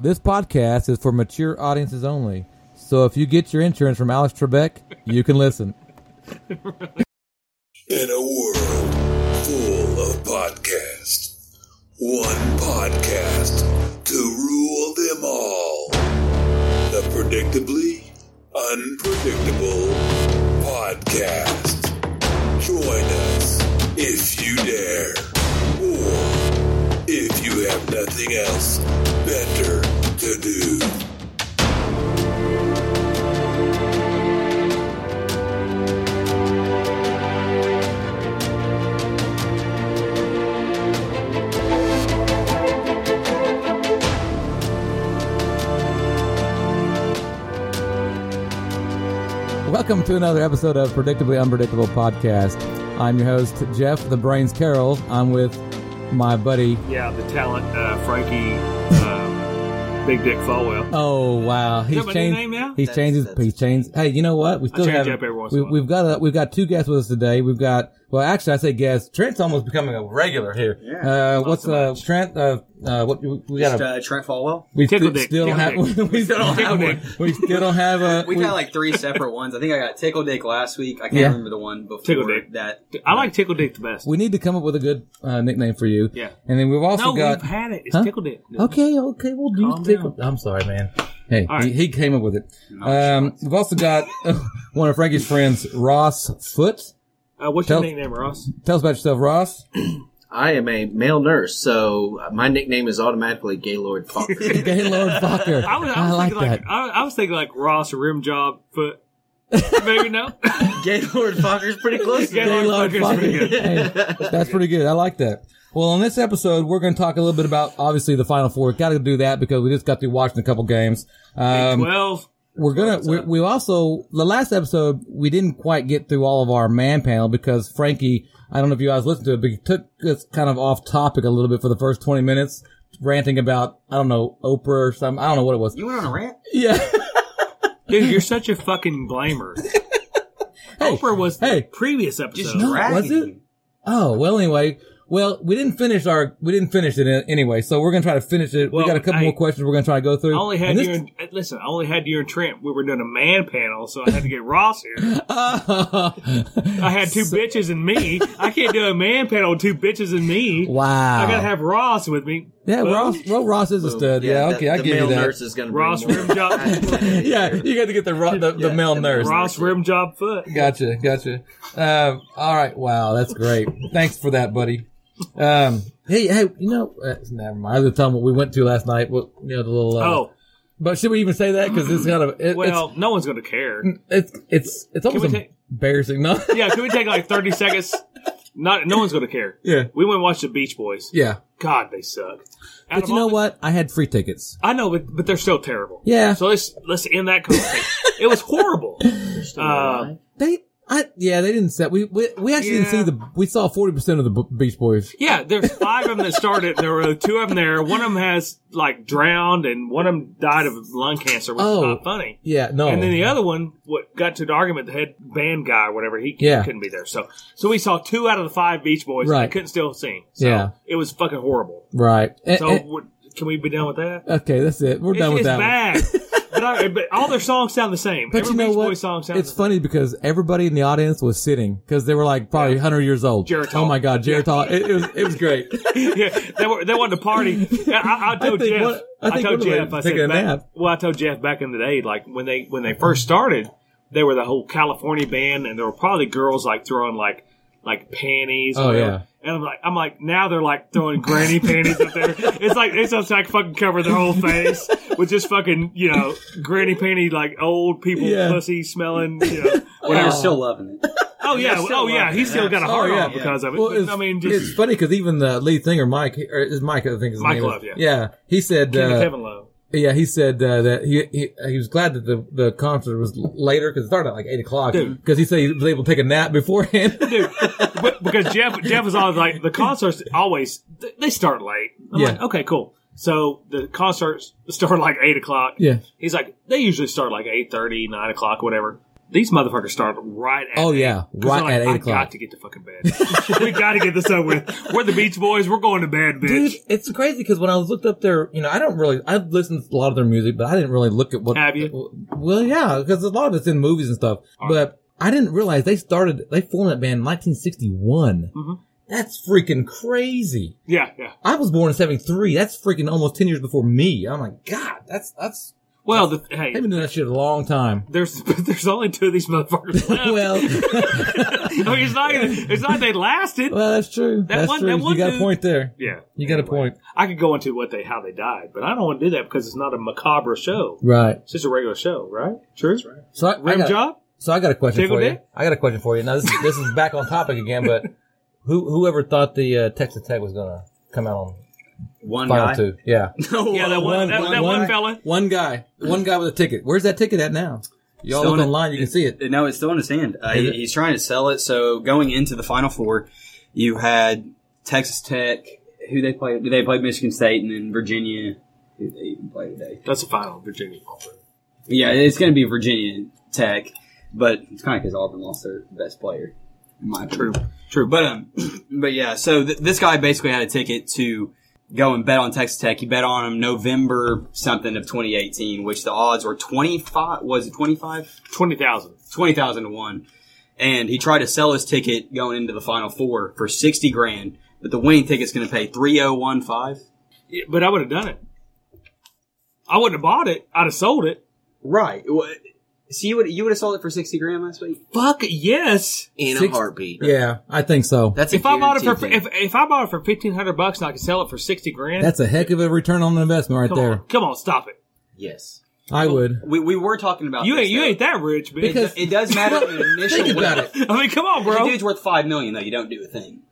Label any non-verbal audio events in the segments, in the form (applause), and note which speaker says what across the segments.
Speaker 1: This podcast is for mature audiences only. So if you get your insurance from Alex Trebek, you can listen.
Speaker 2: In a world full of podcasts, one podcast to rule them all. The Predictably Unpredictable Podcast. Join us if you dare, or if you have nothing else better to do.
Speaker 1: Welcome to another episode of Predictably Unpredictable Podcast. I'm your host, Jeff the Brains Carroll. I'm with my buddy.
Speaker 3: Yeah, the talent uh, Frankie um, Big Dick Falwell.
Speaker 1: Oh wow, he's
Speaker 3: that my new
Speaker 1: changed.
Speaker 3: name now?
Speaker 1: He's
Speaker 4: That's-
Speaker 1: changed. His,
Speaker 4: that's-
Speaker 1: he's changed. Hey, you know what? We still
Speaker 3: change
Speaker 1: have.
Speaker 3: up every once
Speaker 1: we,
Speaker 3: in a while.
Speaker 1: We've got a, we've got two guests with us today. We've got well, actually, I say guests. Trent's almost becoming a regular here.
Speaker 4: Yeah,
Speaker 1: uh, what's
Speaker 3: so
Speaker 1: uh, Trent? Uh, uh, what we- we got?
Speaker 4: Just,
Speaker 1: A,
Speaker 4: uh, Trent Falwell.
Speaker 1: we
Speaker 3: Tickle
Speaker 1: sti-
Speaker 3: dick,
Speaker 1: still
Speaker 3: tickle
Speaker 1: have. (laughs) We still don't
Speaker 3: Tickle
Speaker 1: have
Speaker 3: dick.
Speaker 1: one. We still don't have
Speaker 3: (laughs)
Speaker 1: a.
Speaker 4: We've got like three
Speaker 1: (laughs)
Speaker 4: separate ones. I think I got Tickle Dick last week. I can't
Speaker 1: Yeah.
Speaker 4: remember the one before
Speaker 3: Tickle Dick.
Speaker 4: that.
Speaker 3: I like Tickle Dick the best.
Speaker 1: we need to come up with a good uh, nickname for you.
Speaker 3: Yeah.
Speaker 1: And then we've also
Speaker 3: no,
Speaker 1: got.
Speaker 3: we've had it. It's
Speaker 1: Huh?
Speaker 3: Tickle Dick.
Speaker 1: Okay, okay, we'll do
Speaker 3: Calm
Speaker 1: tickle. I'm sorry, man. Hey,
Speaker 3: All right.
Speaker 1: he, he came up with it. Um, we've also got (laughs) one of Frankie's friends, Ross Foot.
Speaker 3: Uh, what's
Speaker 1: Tell-
Speaker 3: your nickname, Ross?
Speaker 1: Tell us about yourself, Ross.
Speaker 5: I am a male nurse, so uh, my nickname is automatically Gaylord Fokker.
Speaker 1: (laughs)
Speaker 3: (laughs)
Speaker 1: Gaylord Fokker.
Speaker 3: I
Speaker 1: I,
Speaker 3: was, I was
Speaker 1: like
Speaker 3: thinking
Speaker 1: that.
Speaker 3: like I, I was thinking like Ross Rim Job (laughs) Foot. Maybe (laughs) no.
Speaker 5: (laughs) Gaylord Fokker's pretty close.
Speaker 3: Yeah. (laughs) Gaylord Fokker's pretty good.
Speaker 1: Hey, that's pretty good. I like that. Well, in this episode, we're going to talk a little bit about obviously the Final Four. Got to do that because we just got through watching a couple games. Um,
Speaker 3: Twelve.
Speaker 1: we're gonna we, we also the last episode we didn't quite get through all of our man panel because frankie i don't know if you guys listened to it but he took us kind of off topic a little bit for the first 20 minutes ranting about i don't know oprah or something i don't know what it was
Speaker 4: You went on a rant?
Speaker 1: yeah
Speaker 3: Dude, you're such a fucking (laughs) blamer. Oprah was the
Speaker 1: hey.
Speaker 3: previous episode.
Speaker 4: Just
Speaker 1: No,
Speaker 4: dragging
Speaker 1: was it?
Speaker 4: you.
Speaker 1: (laughs) oh well anyway well we didn't finish our we didn't finish it anyway so we're gonna try to finish it we
Speaker 3: Well,
Speaker 1: got a couple
Speaker 3: I-
Speaker 1: more questions we're gonna try to go through
Speaker 3: I only had
Speaker 1: And this- (laughs)
Speaker 3: you and, uh, listen. I only had you and Trent. We were doing a man panel, so I had to get Ross here.
Speaker 1: Oh,
Speaker 3: I had two bitches and me. I can't do a man panel with two bitches and me.
Speaker 1: wow
Speaker 3: I gotta have Ross with me.
Speaker 1: yeah
Speaker 3: Boom.
Speaker 1: ross well ross is a stud yeah, okay i
Speaker 5: the
Speaker 1: give
Speaker 5: male
Speaker 1: you that
Speaker 5: nurse is going to
Speaker 3: Ross
Speaker 5: bring more. (laughs)
Speaker 1: (laughs)
Speaker 3: Rimjob.
Speaker 1: yeah you got to get the, ro- the, the
Speaker 5: Yeah,
Speaker 1: male
Speaker 5: and
Speaker 1: nurse
Speaker 3: Ross rim job foot.
Speaker 1: Gotcha, gotcha. Um, all right, wow, that's great. Thanks for that, buddy. Um, hey, hey, you know, uh, never mind. I was gonna tell them what we went to last night. What you know, the little. Uh,
Speaker 3: Oh
Speaker 1: but should we even say that? Because it's Mm. kind of it,
Speaker 3: well, no one's gonna care.
Speaker 1: it's, it's it's it's
Speaker 3: we
Speaker 1: almost
Speaker 3: take-
Speaker 1: embarrassing. No, (laughs)
Speaker 3: Yeah, can we take like thirty seconds? Not no one's gonna care.
Speaker 1: yeah,
Speaker 3: We went and watched the Beach Boys.
Speaker 1: yeah.
Speaker 3: God, they suck. Out
Speaker 1: But
Speaker 3: of
Speaker 1: you know
Speaker 3: all the-
Speaker 1: what? I had free tickets.
Speaker 3: I know, but, but they're still terrible.
Speaker 1: Yeah.
Speaker 3: So let's let's end that conversation.
Speaker 1: (laughs)
Speaker 3: it was horrible. Uh,
Speaker 1: They, I yeah, they didn't set. We we, we actually didn't see
Speaker 3: Yeah.
Speaker 1: the. We saw forty percent of the B- Beach Boys.
Speaker 3: yeah, there's five of them that started. There were two of them there. One of them has like drowned, and one of them died of lung cancer, which
Speaker 1: Oh.
Speaker 3: is not funny.
Speaker 1: Yeah, no.
Speaker 3: And then the other one, what got to the argument, the head band guy or whatever, he
Speaker 1: Yeah.
Speaker 3: couldn't be there. So, so we saw two out of the five Beach Boys. and
Speaker 1: Right.
Speaker 3: they couldn't still sing. So
Speaker 1: Yeah.
Speaker 3: it was fucking horrible.
Speaker 1: right. And-
Speaker 3: So
Speaker 1: and-
Speaker 3: what, can we be done with that?
Speaker 1: okay, that's it. We're
Speaker 3: It's,
Speaker 1: done with
Speaker 3: it's
Speaker 1: that. one.
Speaker 3: bad.
Speaker 1: (laughs)
Speaker 3: but, I, but all their songs sound the same.
Speaker 1: But
Speaker 3: Every
Speaker 1: you know
Speaker 3: Beach
Speaker 1: what?
Speaker 3: Boys song sounds
Speaker 1: it's
Speaker 3: the same.
Speaker 1: funny because everybody in the audience was sitting because they were like probably 100 years old.
Speaker 3: Geritol.
Speaker 1: Oh my God, Geritol. It, it was it was
Speaker 3: (laughs)
Speaker 1: great.
Speaker 3: yeah, they were they wanted to party. And I, I told
Speaker 1: think
Speaker 3: Jeff.
Speaker 1: one- I think
Speaker 3: told
Speaker 1: one of them
Speaker 3: Jeff. I
Speaker 1: taking a
Speaker 3: said, back-
Speaker 1: nap.
Speaker 3: well, I told Jeff back in the day, like when they when they first started, they were the whole California band, and there were probably girls like throwing like like panties. or
Speaker 1: Oh,
Speaker 3: whatever.
Speaker 1: yeah.
Speaker 3: And I'm like, I'm like, now they're like throwing granny (laughs) panties up there. It's like it's just like fucking cover their whole face with just fucking you know granny panty like old people
Speaker 1: Yeah.
Speaker 3: pussy smelling
Speaker 1: (laughs)
Speaker 3: you know
Speaker 4: But
Speaker 3: whatever.
Speaker 4: you're still loving it.
Speaker 3: Oh yeah,
Speaker 4: still
Speaker 3: oh yeah,
Speaker 4: loving
Speaker 3: he's
Speaker 4: it.
Speaker 3: still got a
Speaker 4: Oh,
Speaker 3: hard
Speaker 1: yeah.
Speaker 3: on because of it.
Speaker 1: Well,
Speaker 3: But,
Speaker 1: it's,
Speaker 3: I mean,
Speaker 1: it's
Speaker 3: just
Speaker 1: funny because even the lead singer Mike, or is Mike, I think his
Speaker 3: Mike
Speaker 1: name
Speaker 3: Love,
Speaker 1: is,
Speaker 3: yeah.
Speaker 1: yeah, he said,
Speaker 3: King of
Speaker 1: uh,
Speaker 3: Kevin Love.
Speaker 1: yeah, he said uh, that he, he he was glad that the, the concert was later because it started at like eight o'clock
Speaker 3: Dude.
Speaker 1: because he said he was able to take a nap beforehand.
Speaker 3: dude. But because Jeff Jeff is always like the concerts always th- they start late. I'm
Speaker 1: Yeah.
Speaker 3: like, okay, cool. So the concerts start like eight o'clock.
Speaker 1: (laughs) yeah,
Speaker 3: He's like, they usually start like 8.30, 9 o'clock, whatever. These motherfuckers started right at
Speaker 1: Oh,
Speaker 3: eight.
Speaker 1: yeah.
Speaker 3: 'Cause
Speaker 1: Right
Speaker 3: they're like,
Speaker 1: at eight
Speaker 3: I
Speaker 1: o'clock."
Speaker 3: got to get to fucking bed. (laughs) we got to get this over with. We're the Beach Boys. We're going to bed, bitch.
Speaker 1: Dude, it's crazy because when I was looked up their, you know, I don't really, I've listened to a lot of their music, but I didn't really look at what.
Speaker 3: Have you?
Speaker 1: Well, yeah, because a lot of it's in movies and stuff. But I didn't realize they started, they formed that band in 1961.
Speaker 3: Mhm.
Speaker 1: That's freaking crazy.
Speaker 3: Yeah, yeah.
Speaker 1: I was born in 73. That's freaking almost 10 years before me. I'm like, God, that's, that's,
Speaker 3: Well, the, hey,
Speaker 1: they've been doing that shit a long
Speaker 3: (laughs)
Speaker 1: time.
Speaker 3: there's there's only two of these
Speaker 1: (laughs)
Speaker 3: motherfuckers left.
Speaker 1: well,
Speaker 3: (laughs) I mean, it's not it's not they lasted.
Speaker 1: well, that's true. that's
Speaker 3: one-
Speaker 1: true.
Speaker 3: that
Speaker 1: you
Speaker 3: one
Speaker 1: got a
Speaker 3: dude-
Speaker 1: point there.
Speaker 3: yeah,
Speaker 1: You got a point.
Speaker 3: I could go into what they how they died, but I don't want to do that because it's not a macabre show.
Speaker 1: Right.
Speaker 3: It's just a regular show, right? True. That's right.
Speaker 1: So I, I
Speaker 3: Rim
Speaker 1: got-
Speaker 3: job.
Speaker 1: So I got a question
Speaker 3: Tickle
Speaker 1: for you.
Speaker 3: dick?
Speaker 1: I got a question for you. Now this is, this is back on topic again, but who whoever thought the uh, Texas Tech was gonna come out on
Speaker 4: One
Speaker 1: final
Speaker 4: guy.
Speaker 1: two? Yeah,
Speaker 4: No,
Speaker 3: Yeah, that one, that, that one,
Speaker 1: one-
Speaker 3: fella.
Speaker 1: one guy, one guy with a ticket. Where's that ticket at now? Y'all
Speaker 4: Still
Speaker 1: look
Speaker 4: in it.
Speaker 1: online, you can see it.
Speaker 4: No, it's still in his hand. Uh, he-
Speaker 1: Is it?
Speaker 4: he's trying to sell it. So going into the Final Four, you had Texas Tech, who they played. They played Michigan State, and then Virginia. Who they even played today?
Speaker 3: That's the final Virginia.
Speaker 4: Yeah, it's going to be Virginia Tech, but it's kind of because Auburn lost their best player. in My
Speaker 3: True.
Speaker 4: opinion.
Speaker 3: True.
Speaker 4: But um, (clears throat) but yeah. So th- this guy basically had a ticket to go and bet on Texas Tech. He bet on him November something of 2018, which the odds were 25. Was it 25?
Speaker 3: twenty thousand.
Speaker 4: twenty thousand to one, and he tried to sell his ticket going into the final four for sixty grand, but the winning ticket's going to pay three oh one five.
Speaker 3: Yeah, but I would have done it. I wouldn't have bought it. I'd have sold it.
Speaker 4: Right. Wha- So you would you would have sold it for sixty grand last week?
Speaker 3: Fuck yes.
Speaker 5: in
Speaker 1: Six-
Speaker 5: a heartbeat.
Speaker 1: Yeah, I think so.
Speaker 5: That's
Speaker 3: If I bought it for
Speaker 5: guaranteed
Speaker 3: if, if I bought it for fifteen hundred bucks and I could sell it for sixty grand,
Speaker 1: That's a heck of a return on investment right
Speaker 3: come
Speaker 1: there.
Speaker 3: on, come on, stop it.
Speaker 5: thing. yes,
Speaker 1: I would.
Speaker 4: We, we were talking about
Speaker 3: You
Speaker 4: this,
Speaker 3: ain't you
Speaker 4: though.
Speaker 3: ain't that rich, bitch.
Speaker 1: Because-
Speaker 4: It does matter on an initial.
Speaker 1: Think about it.
Speaker 3: (laughs) I mean, come on,
Speaker 4: Bro.
Speaker 3: bro.
Speaker 4: The dude's worth five million though. You don't do a thing.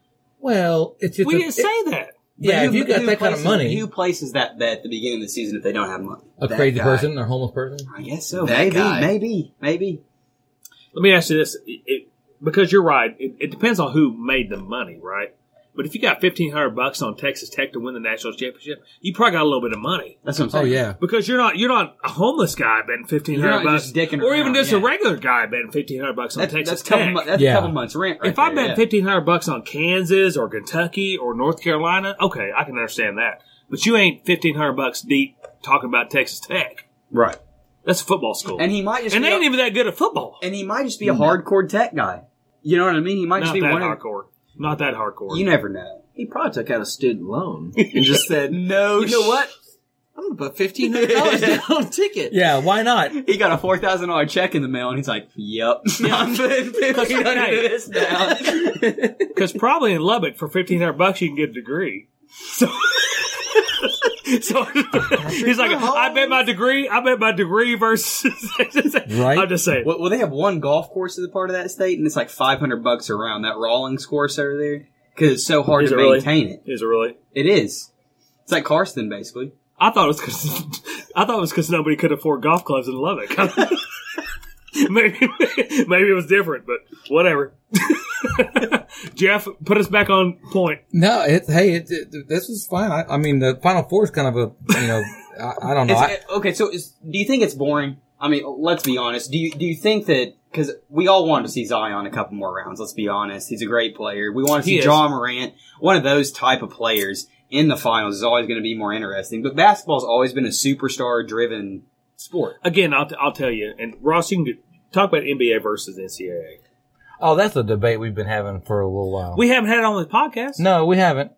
Speaker 1: Well, it's just
Speaker 3: we
Speaker 1: a-
Speaker 3: didn't say that.
Speaker 1: yeah.
Speaker 4: But
Speaker 1: If
Speaker 4: who-
Speaker 1: you got
Speaker 4: who
Speaker 1: that kind of
Speaker 4: places-
Speaker 1: money,
Speaker 4: who places that bet at the beginning of the season if they don't have money?
Speaker 1: a
Speaker 5: that
Speaker 1: crazy
Speaker 5: guy.
Speaker 1: person or homeless person.
Speaker 4: I guess so.
Speaker 5: That
Speaker 4: maybe,
Speaker 5: guy.
Speaker 4: maybe, maybe.
Speaker 3: Let me ask you this: it, it- because you're right, it, it depends on who made the money, right? But if you got fifteen hundred bucks on Texas Tech to win the national championship, you probably got a little bit of money
Speaker 4: That's what I'm saying.
Speaker 1: Oh yeah.
Speaker 3: because you're not you're not a homeless guy betting fifteen
Speaker 4: You're
Speaker 3: hundred
Speaker 4: not
Speaker 3: bucks,
Speaker 4: just dicking
Speaker 3: or
Speaker 4: around,
Speaker 3: even just a
Speaker 4: yeah.
Speaker 3: regular guy betting fifteen hundred bucks on
Speaker 4: That's,
Speaker 3: Texas
Speaker 4: that's,
Speaker 3: Tech.
Speaker 4: couple, mo- that's
Speaker 1: Yeah.
Speaker 4: a couple months rent. Right
Speaker 3: if I
Speaker 4: there,
Speaker 3: bet
Speaker 4: yeah.
Speaker 3: fifteen hundred bucks on Kansas or Kentucky or North Carolina, okay, I can understand that. But you ain't fifteen hundred bucks deep talking about Texas Tech.
Speaker 4: right,
Speaker 3: That's a football school,
Speaker 4: and he might just
Speaker 3: And
Speaker 4: be
Speaker 3: they
Speaker 4: a-
Speaker 3: ain't even that good at football.
Speaker 4: and he might just be a hardcore tech guy. You know what I mean? He might just
Speaker 3: Not
Speaker 4: be
Speaker 3: that
Speaker 4: one
Speaker 3: hardcore. Not that
Speaker 4: of.
Speaker 3: hardcore.
Speaker 4: You never know.
Speaker 5: he probably took out a student
Speaker 4: (laughs)
Speaker 5: loan and just said, "No,
Speaker 4: You know what?
Speaker 5: I'm gonna put fifteen hundred
Speaker 4: (laughs)
Speaker 5: dollars down on ticket."
Speaker 1: Yeah. Why not?
Speaker 4: He got a four thousand dollar check in the mail, and he's like, (laughs) "Yep, I'm putting fifteen hundred
Speaker 3: Hey.
Speaker 4: to
Speaker 3: (laughs)
Speaker 4: this now."
Speaker 3: Because probably in Lubbock for fifteen hundred bucks you can get a degree. So, (laughs) so he's like, I bet my degree. I bet my degree versus. (laughs)
Speaker 1: Right.
Speaker 3: I'm just saying.
Speaker 4: well, well, they have one golf course as a part of that state, and it's like five hundred bucks around that Rawlings course over there because it's so hard
Speaker 3: Is
Speaker 4: to
Speaker 3: it really?
Speaker 4: maintain
Speaker 3: Is it really?
Speaker 4: it. It is. It's like Carson, basically.
Speaker 3: I thought it was because (laughs) I thought it was because nobody could afford golf clubs in Lubbock. (laughs) maybe maybe it was different, but whatever. (laughs) Jeff, put us back on point.
Speaker 1: No. It's hey. It, it, this is fine. I, I mean, the final four is kind of a you know. I, I don't know.
Speaker 4: It's,
Speaker 1: I-
Speaker 4: okay, so is, do you think it's boring? I mean, let's be honest. Do you do you think that because we all wanted to see Zion a couple more rounds? Let's be honest. He's a great player. We want to
Speaker 3: He
Speaker 4: see
Speaker 3: is.
Speaker 4: John Morant, one of those type of players in the finals is always going to be more interesting. But basketball's always been a superstar driven sport.
Speaker 3: Again, I'll, t- I'll tell you. And Ross, you can talk about NBA versus NCAA.
Speaker 1: Oh, that's a debate we've been having for a little while.
Speaker 3: We haven't had it on the podcast.
Speaker 1: no,
Speaker 6: (laughs)
Speaker 1: we haven't.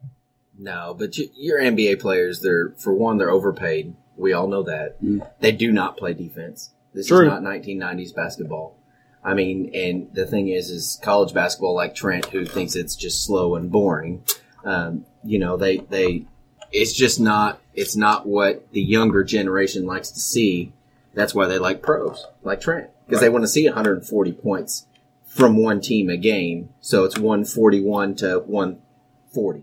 Speaker 5: No, but you, your NBA players, they're for one, they're overpaid. We all know that. They do not play defense. This
Speaker 3: True.
Speaker 5: is not 1990s basketball. I mean, and the thing is, is college basketball like Trent, who thinks it's just slow and boring. Um, you know, they they, it's just not it's not what the younger generation likes to see. That's why they like pros like Trent because they want to see 140 points from one team a game. So it's 141 to 140.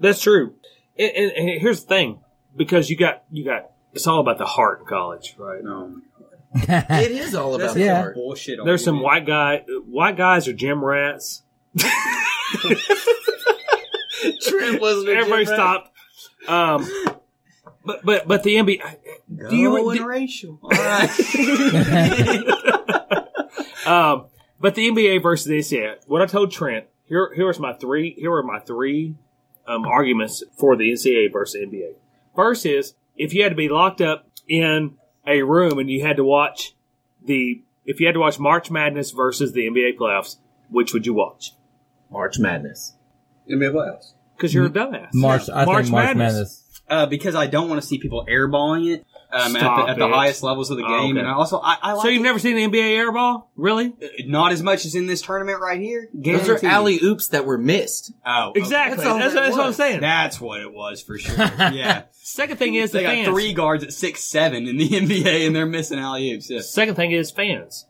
Speaker 3: That's true. And, and, and here's the thing, because you got you got it's all about the heart in college, right?
Speaker 4: No, Eh.
Speaker 5: it is all about
Speaker 1: Yeah.
Speaker 5: the
Speaker 1: heart.
Speaker 3: (laughs)
Speaker 5: heart.
Speaker 4: bullshit.
Speaker 3: There's some white guy. White guys are gym rats.
Speaker 5: Trent was
Speaker 3: Everybody stop. Um, but but but the
Speaker 4: (laughs)
Speaker 3: NBA. Do you do,
Speaker 4: racial. All right.
Speaker 3: Um, but the NBA versus the ACA. What I told Trent here, here is my three. Here are my three um, arguments for the NCAA versus NBA. First is if you had to be locked up in a room and you had to watch the if you had to watch March Madness versus the NBA playoffs, which would you watch?
Speaker 5: March Madness.
Speaker 4: NBA playoffs.
Speaker 3: Because you're a dumbass.
Speaker 1: March, I
Speaker 3: March
Speaker 1: think March Madness.
Speaker 3: Madness.
Speaker 4: Uh, because I don't want to see people airballing it um, at,
Speaker 3: Stop
Speaker 4: the, at the
Speaker 3: it.
Speaker 4: highest levels of the
Speaker 3: Oh,
Speaker 4: game,
Speaker 3: okay.
Speaker 4: and also I, I like
Speaker 3: So you've
Speaker 4: it.
Speaker 3: never seen the NBA airball, really?
Speaker 4: not as much as in this tournament right here.
Speaker 5: Those are
Speaker 4: Guaranteed.
Speaker 5: alley oops that were missed.
Speaker 4: Oh, okay.
Speaker 3: Exactly.
Speaker 5: That's all
Speaker 3: That's,
Speaker 5: that
Speaker 3: that's what I'm
Speaker 5: was.
Speaker 3: saying.
Speaker 4: That's what it was for
Speaker 3: (laughs)
Speaker 4: sure. Yeah.
Speaker 3: Second thing is the
Speaker 4: they got
Speaker 3: fans.
Speaker 4: three guards at six seven in the (laughs) NBA, and they're missing alley oops. Yeah.
Speaker 3: Second thing is fans.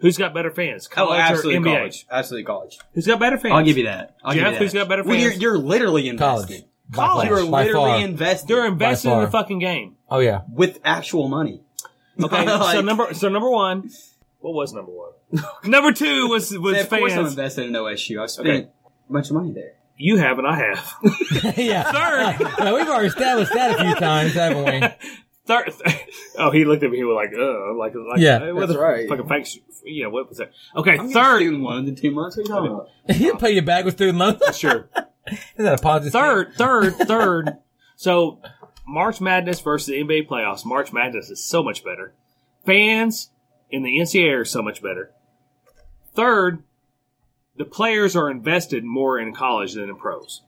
Speaker 3: Who's got better fans?
Speaker 4: Oh,
Speaker 3: College or
Speaker 4: absolutely
Speaker 3: NBA?
Speaker 4: college. Absolutely college.
Speaker 3: Who's got better fans?
Speaker 4: I'll give you that. I'll give
Speaker 3: Jeff,
Speaker 4: you that.
Speaker 3: who's got better
Speaker 4: Well, you're,
Speaker 3: fans?
Speaker 4: you're literally invested.
Speaker 1: College. By
Speaker 3: College.
Speaker 1: far.
Speaker 4: You are
Speaker 1: By
Speaker 4: literally
Speaker 1: far.
Speaker 4: invested.
Speaker 3: They're invested in the
Speaker 1: far.
Speaker 3: fucking
Speaker 4: (laughs)
Speaker 3: game.
Speaker 6: (laughs)
Speaker 1: Oh yeah.
Speaker 4: with actual money. (laughs)
Speaker 3: Okay,
Speaker 4: Like,
Speaker 3: so number so number one, what was number
Speaker 4: (laughs)
Speaker 3: one? number two was was
Speaker 4: of course I'm
Speaker 3: fans.
Speaker 4: invested in OSU. I've spent
Speaker 3: Okay.
Speaker 4: a bunch of money there.
Speaker 3: You have and I have.
Speaker 1: yeah.
Speaker 3: Third.
Speaker 6: (laughs)
Speaker 1: Now, we've already established that a few times, haven't we?
Speaker 3: (laughs) Third, oh, he looked at me. He was like, "Uh, like, like
Speaker 1: Yeah,
Speaker 3: hey, what
Speaker 5: that's
Speaker 3: the
Speaker 5: right.
Speaker 3: Fucking thanks. Yeah, what was that? Okay,
Speaker 4: I'm
Speaker 3: third,
Speaker 4: in one to two months. What are you talking
Speaker 6: (laughs)
Speaker 4: about?
Speaker 1: He'll pay you back with student loans.
Speaker 4: Sure.
Speaker 1: (laughs) Is that a positive?
Speaker 3: (laughs) third, third, third. So March Madness versus the NBA playoffs. March Madness is so much better. Fans in the NCAA are so much better. Third, the players are invested more in college than in pros.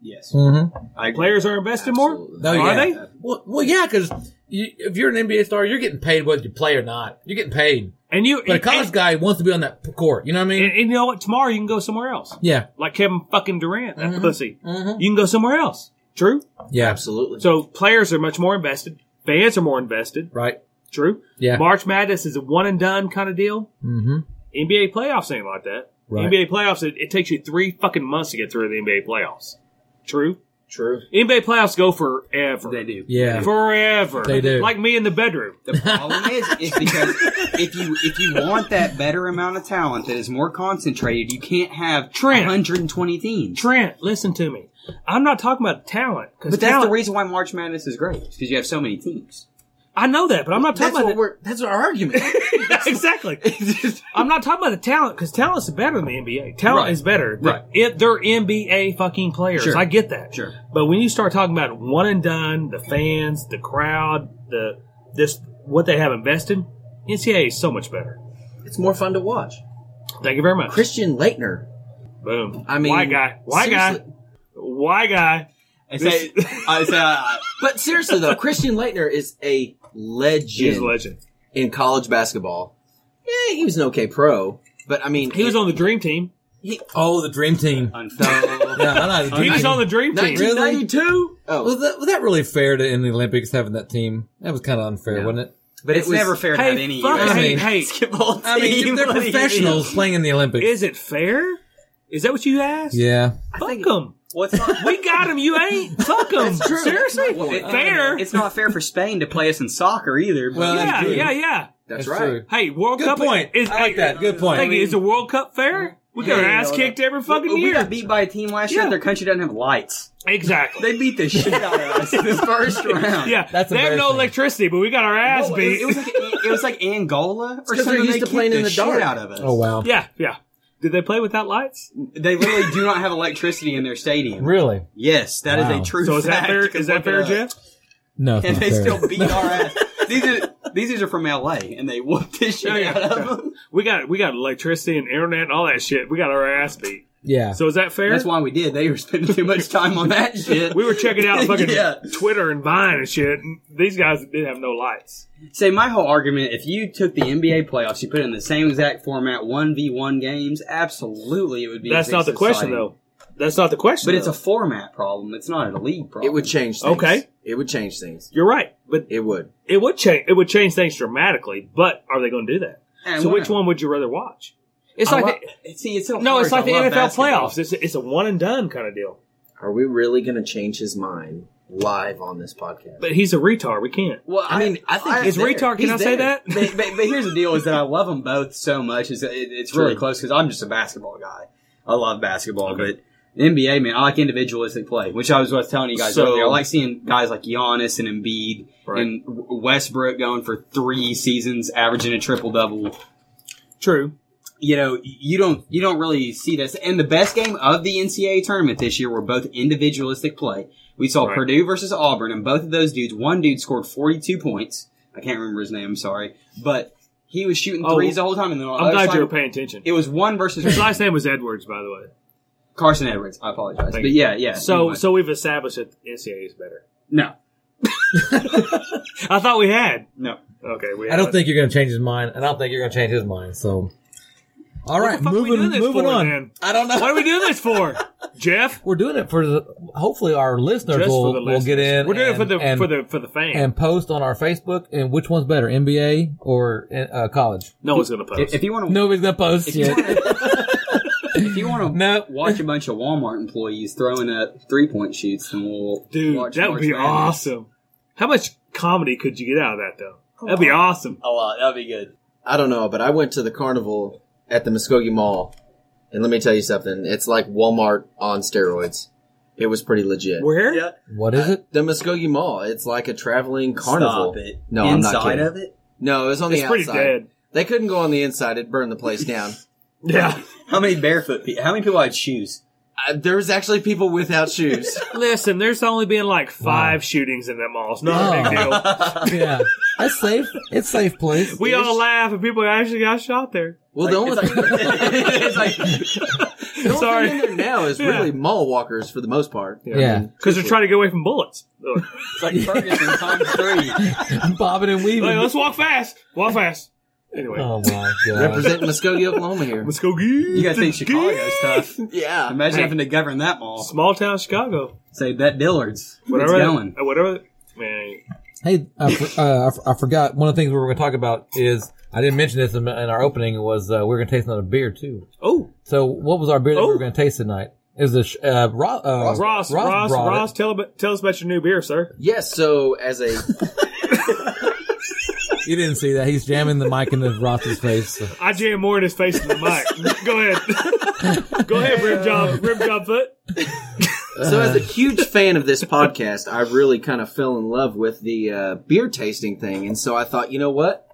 Speaker 4: Yes.
Speaker 1: Mm-hmm.
Speaker 4: I agree.
Speaker 3: Players are invested more.
Speaker 1: Oh,
Speaker 3: Are
Speaker 1: yeah.
Speaker 3: they?
Speaker 6: Well, well, yeah, because you, if you're an NBA star, you're getting paid whether you play or not. You're getting paid.
Speaker 3: And you,
Speaker 6: But a
Speaker 3: and,
Speaker 6: college guy wants to be on that p- court. You know what I mean?
Speaker 3: and- and you know what? Tomorrow you can go somewhere else.
Speaker 6: yeah.
Speaker 3: Like Kevin fucking Durant, that pussy.
Speaker 1: Mm-hmm.
Speaker 6: Mhm.
Speaker 3: You can go somewhere else. True.
Speaker 6: Yeah.
Speaker 5: Absolutely.
Speaker 3: So players are much more invested. Fans are more invested.
Speaker 6: Right.
Speaker 3: True.
Speaker 6: Yeah.
Speaker 3: March Madness is a one and done kind of deal.
Speaker 6: Mm-hmm.
Speaker 3: NBA playoffs ain't like that.
Speaker 6: Right.
Speaker 3: NBA playoffs, it, it takes you three fucking months to get through the NBA playoffs. True.
Speaker 5: True.
Speaker 3: NBA playoffs go forever.
Speaker 4: They do.
Speaker 6: Yeah.
Speaker 3: Forever.
Speaker 6: They do.
Speaker 3: Like me in the bedroom.
Speaker 4: The problem is, is because if you if you want that better amount of talent that is more concentrated, you can't have
Speaker 3: Trent.
Speaker 4: 120 teams.
Speaker 3: Trent, listen to me. I'm not talking about talent. 'cause
Speaker 4: But that's
Speaker 3: talent-
Speaker 4: the reason why March Madness is great because you have so many teams.
Speaker 3: I know that, but I'm not
Speaker 5: That's
Speaker 3: talking
Speaker 5: what
Speaker 3: about
Speaker 5: we're. That's our
Speaker 3: (laughs)
Speaker 5: argument.
Speaker 3: the, Exactly. I'm not talking about the talent because talent's better than the NBA. Talent
Speaker 4: Right.
Speaker 3: is better.
Speaker 4: Right.
Speaker 3: It, they're NBA fucking players.
Speaker 4: Sure.
Speaker 3: I get that.
Speaker 4: Sure.
Speaker 3: But when you start talking about one and done, the fans, the crowd, the this what they have invested, NCAA is so much better.
Speaker 5: it's more fun to watch.
Speaker 3: Thank you very much.
Speaker 5: Christian Leitner.
Speaker 3: Boom.
Speaker 5: I mean,
Speaker 3: white guy, white guy,
Speaker 5: seriously-
Speaker 3: white guy.
Speaker 4: I say, I say, uh,
Speaker 5: But seriously though, Christian Leitner is a
Speaker 3: (laughs)
Speaker 5: legend.
Speaker 3: He's a legend.
Speaker 5: in college basketball. Yeah, he was an okay pro, but I mean,
Speaker 3: He was on the dream team.
Speaker 1: Oh, the dream (laughs) team.
Speaker 4: unfair.
Speaker 1: Yeah, I know.
Speaker 3: He was on the dream team.
Speaker 5: 1992. Oh,
Speaker 1: Was that, was that really fair to in the Olympics having that team? That was kind of unfair, wasn't it?
Speaker 4: but it's
Speaker 5: was-
Speaker 4: never fair to have
Speaker 3: Hey,
Speaker 4: any
Speaker 3: fuck,
Speaker 4: US
Speaker 1: I
Speaker 3: hey,
Speaker 1: mean-
Speaker 3: hey,
Speaker 4: basketball team.
Speaker 1: I
Speaker 3: (laughs)
Speaker 1: mean, they're
Speaker 4: What do you mean?
Speaker 1: professionals playing in the Olympics.
Speaker 3: is it fair? Is that what you asked?
Speaker 1: yeah.
Speaker 3: Fuck him.
Speaker 4: What's not,
Speaker 3: We got him. You ain't. Fuck him. Seriously.
Speaker 4: it-
Speaker 3: fair.
Speaker 4: It's not fair for Spain to play us in soccer either. But
Speaker 1: Well,
Speaker 3: yeah,
Speaker 1: that's true.
Speaker 3: yeah, yeah.
Speaker 5: that's, right.
Speaker 1: true.
Speaker 3: Hey, World
Speaker 1: Good
Speaker 3: Cup
Speaker 1: point.
Speaker 3: Is,
Speaker 1: I like
Speaker 3: hey,
Speaker 1: that. Good
Speaker 3: Thank
Speaker 1: point.
Speaker 3: you. Is the World Cup fair? We got our
Speaker 4: Yeah,
Speaker 3: ass
Speaker 4: no,
Speaker 3: kicked every
Speaker 4: Well,
Speaker 3: fucking
Speaker 4: we
Speaker 3: year.
Speaker 4: got beat by a team last year.
Speaker 3: Yeah.
Speaker 4: that Their country doesn't have lights. (laughs)
Speaker 3: exactly.
Speaker 4: They beat the shit out of us in the first round.
Speaker 3: yeah,
Speaker 1: That's
Speaker 3: they have no
Speaker 1: embarrassing.
Speaker 3: electricity, but we got our ass
Speaker 4: Well,
Speaker 3: beat.
Speaker 4: it, was, it was like, it was like Angola or
Speaker 5: 'cause they're
Speaker 4: something.
Speaker 5: used
Speaker 4: They
Speaker 5: to
Speaker 4: kicked
Speaker 5: playing in the
Speaker 4: shit
Speaker 5: dark.
Speaker 4: out of us.
Speaker 1: Oh wow.
Speaker 3: (laughs) yeah, yeah. Did they play without lights?
Speaker 4: They literally do not have electricity in their stadium.
Speaker 1: Really?
Speaker 4: Yes, that is
Speaker 1: Wow.
Speaker 4: a true
Speaker 3: So is that
Speaker 4: fact.
Speaker 3: fair?
Speaker 4: You can
Speaker 3: Is
Speaker 4: look
Speaker 3: that
Speaker 4: it
Speaker 3: fair,
Speaker 4: up.
Speaker 3: Jeff?
Speaker 1: No. it's
Speaker 4: And
Speaker 1: not
Speaker 4: they
Speaker 1: fair.
Speaker 4: still beat
Speaker 3: (laughs)
Speaker 4: our ass. These are these dudes are from LA, and they whooped this shit
Speaker 3: Yeah, Oh, yeah.
Speaker 4: out of them.
Speaker 3: We got we got electricity and internet and all that shit. We got our ass beat.
Speaker 1: yeah.
Speaker 3: So is that fair?
Speaker 4: That's why we did. They were spending too much time
Speaker 3: (laughs)
Speaker 4: on that shit.
Speaker 3: we were checking
Speaker 4: (laughs)
Speaker 3: out fucking
Speaker 4: Yeah.
Speaker 3: Twitter and Vine and shit. And these guys didn't have no lights.
Speaker 4: Say my whole argument: if you took the NBA playoffs, you put it in the same exact format, one v one games. Absolutely, it would be.
Speaker 3: That's not the question
Speaker 4: exciting.
Speaker 3: though. That's not the question.
Speaker 4: But it's a
Speaker 3: though.
Speaker 4: format problem. It's not a league problem.
Speaker 5: It would change. Things.
Speaker 3: Okay.
Speaker 5: it would change things.
Speaker 3: You're right, but
Speaker 5: It would.
Speaker 3: it would change. It would change things dramatically. But are they going to do that?
Speaker 4: And
Speaker 3: So
Speaker 4: why
Speaker 3: which
Speaker 4: not?
Speaker 3: one would you rather watch? It's
Speaker 4: I
Speaker 3: like
Speaker 4: lo-
Speaker 3: the,
Speaker 4: see, it's so
Speaker 3: no,
Speaker 4: hard
Speaker 3: it's like the
Speaker 4: because I
Speaker 3: NFL
Speaker 4: love basketball.
Speaker 3: playoffs. It's a, it's a one and done kind of deal.
Speaker 5: Are we really going to change his mind live on this podcast?
Speaker 3: But he's a retard. We can't.
Speaker 4: Well, I mean, I think
Speaker 3: Is
Speaker 5: there.
Speaker 3: retard? Can
Speaker 5: He's
Speaker 3: I say
Speaker 5: there.
Speaker 3: that?
Speaker 4: but, but, but here's the deal: is that I love them both so much. Is that it, it's really
Speaker 5: True.
Speaker 4: close because I'm just a basketball guy. I love basketball, but the NBA man, I like individualistic play, which I was, what I was telling you guys
Speaker 5: So-
Speaker 4: earlier. I like seeing guys like Giannis and Embiid and Westbrook going for three seasons, averaging a triple double.
Speaker 3: True.
Speaker 4: you know, you don't you don't really see this. And the best game of the NCAA tournament this year were both individualistic play. We saw
Speaker 3: Right.
Speaker 4: Purdue versus Auburn, and both of those dudes. One dude scored forty two points. I can't remember his name. I'm sorry, but he was shooting
Speaker 3: Oh,
Speaker 4: threes the whole time. And then on the
Speaker 3: I'm
Speaker 4: other
Speaker 3: glad
Speaker 4: side,
Speaker 3: you were paying attention.
Speaker 4: It was one versus
Speaker 3: His last name was Edwards, by the way.
Speaker 4: Carson Edwards. I apologize,
Speaker 3: Thank
Speaker 4: but
Speaker 3: you.
Speaker 4: yeah, yeah.
Speaker 3: So,
Speaker 4: anyway.
Speaker 3: so we've established that NCAA is better.
Speaker 4: no,
Speaker 3: I thought we had.
Speaker 4: no.
Speaker 3: Okay, we.
Speaker 6: I don't
Speaker 3: haven't.
Speaker 6: think you're going to change his mind. I don't think you're going to change his mind. So
Speaker 1: All right,
Speaker 3: What the fuck are we
Speaker 1: moving
Speaker 3: doing this
Speaker 1: moving
Speaker 3: for,
Speaker 1: on.
Speaker 3: then?
Speaker 1: I don't know.
Speaker 3: What are we doing this
Speaker 4: (laughs)
Speaker 3: for, Jeff?
Speaker 1: We're doing it for the. Hopefully, our listeners
Speaker 3: Just
Speaker 1: will
Speaker 3: for the
Speaker 1: will get
Speaker 3: listeners.
Speaker 1: in.
Speaker 3: We're doing
Speaker 1: and,
Speaker 3: it for the
Speaker 1: and,
Speaker 3: for the for the fans.
Speaker 1: and post on our Facebook. And which one's better, NBA or uh, college?
Speaker 3: no one's gonna post.
Speaker 4: If, if you want to,
Speaker 1: Nobody's gonna post
Speaker 4: if you
Speaker 1: yet.
Speaker 4: want to, if you
Speaker 5: (laughs)
Speaker 4: want to
Speaker 1: No.
Speaker 4: watch a bunch of Walmart employees throwing up three point shoots, then we'll
Speaker 3: Dude,
Speaker 4: watch
Speaker 3: that would
Speaker 4: March
Speaker 3: be
Speaker 4: Madness.
Speaker 3: awesome. How much comedy could you get out of that though? That'd be awesome.
Speaker 4: (laughs) A lot. That'd be good.
Speaker 5: I don't know, but I went to the carnival at the Muskogee Mall, and let me tell you something. It's like Walmart on steroids. It was pretty legit.
Speaker 3: Where?
Speaker 4: Yeah.
Speaker 1: what is
Speaker 3: (laughs)
Speaker 1: it?
Speaker 5: the Muskogee Mall. It's like a traveling carnival.
Speaker 4: Stop it.
Speaker 5: No, I'm
Speaker 4: Inside
Speaker 5: not kidding.
Speaker 4: of it.
Speaker 5: No, it was on
Speaker 3: It's
Speaker 5: the
Speaker 3: pretty
Speaker 5: outside.
Speaker 3: dead.
Speaker 5: They couldn't go on the inside; it burned
Speaker 3: (laughs)
Speaker 5: the place down.
Speaker 3: Yeah.
Speaker 4: How many barefoot people? How many people had (laughs) shoes?
Speaker 5: uh, there was actually people without shoes.
Speaker 3: Listen, there's only been like five shootings in that mall. It's not a big
Speaker 1: (laughs)
Speaker 3: deal.
Speaker 1: Yeah, that's safe. It's safe place.
Speaker 3: We all laugh, and people actually got shot there.
Speaker 5: Well, the only, thing,
Speaker 4: it's
Speaker 5: (laughs)
Speaker 4: like
Speaker 5: the only
Speaker 3: sorry.
Speaker 5: thing in there now is
Speaker 3: Yeah.
Speaker 5: really mall walkers for the most part.
Speaker 1: Yeah.
Speaker 3: Because they're trying to get away from bullets. Look.
Speaker 4: it's like Ferguson times
Speaker 5: (laughs)
Speaker 4: three.
Speaker 1: bobbing and weaving.
Speaker 3: Like, let's walk fast. Walk fast. Anyway.
Speaker 1: (laughs) oh my god!
Speaker 5: Represent Muskogee, Oklahoma here.
Speaker 3: Let's go geese.
Speaker 4: You gotta think Chicago's tough.
Speaker 5: Yeah,
Speaker 4: Imagine having to govern that mall.
Speaker 3: Small town Chicago.
Speaker 4: Say that Dillard's.
Speaker 3: Whatever.
Speaker 4: Whatever. It's going.
Speaker 3: uh, Whatever. Man.
Speaker 1: hey, I, for- uh, I for- I forgot one of the things we were going to talk about is I didn't mention this in, in our opening was uh, we were going to taste another beer too.
Speaker 3: Oh,
Speaker 1: So what was our beer that we
Speaker 3: Oh.
Speaker 1: were going to taste tonight? It was a sh- uh, Ro- uh,
Speaker 3: Ross, Ross, Ross,
Speaker 1: brought it.
Speaker 3: tell, ab- tell us about your new beer, sir.
Speaker 5: yes. So as a
Speaker 1: You didn't see that. He's jamming the mic into Ross's face. So.
Speaker 3: I jam more in his face than the
Speaker 1: (laughs)
Speaker 3: mic. Go ahead. Go ahead, Rim Job, Rim Job Foot.
Speaker 5: so as a huge fan of this podcast, I really kind of fell in love with the uh, beer tasting thing, and so I thought, you know what?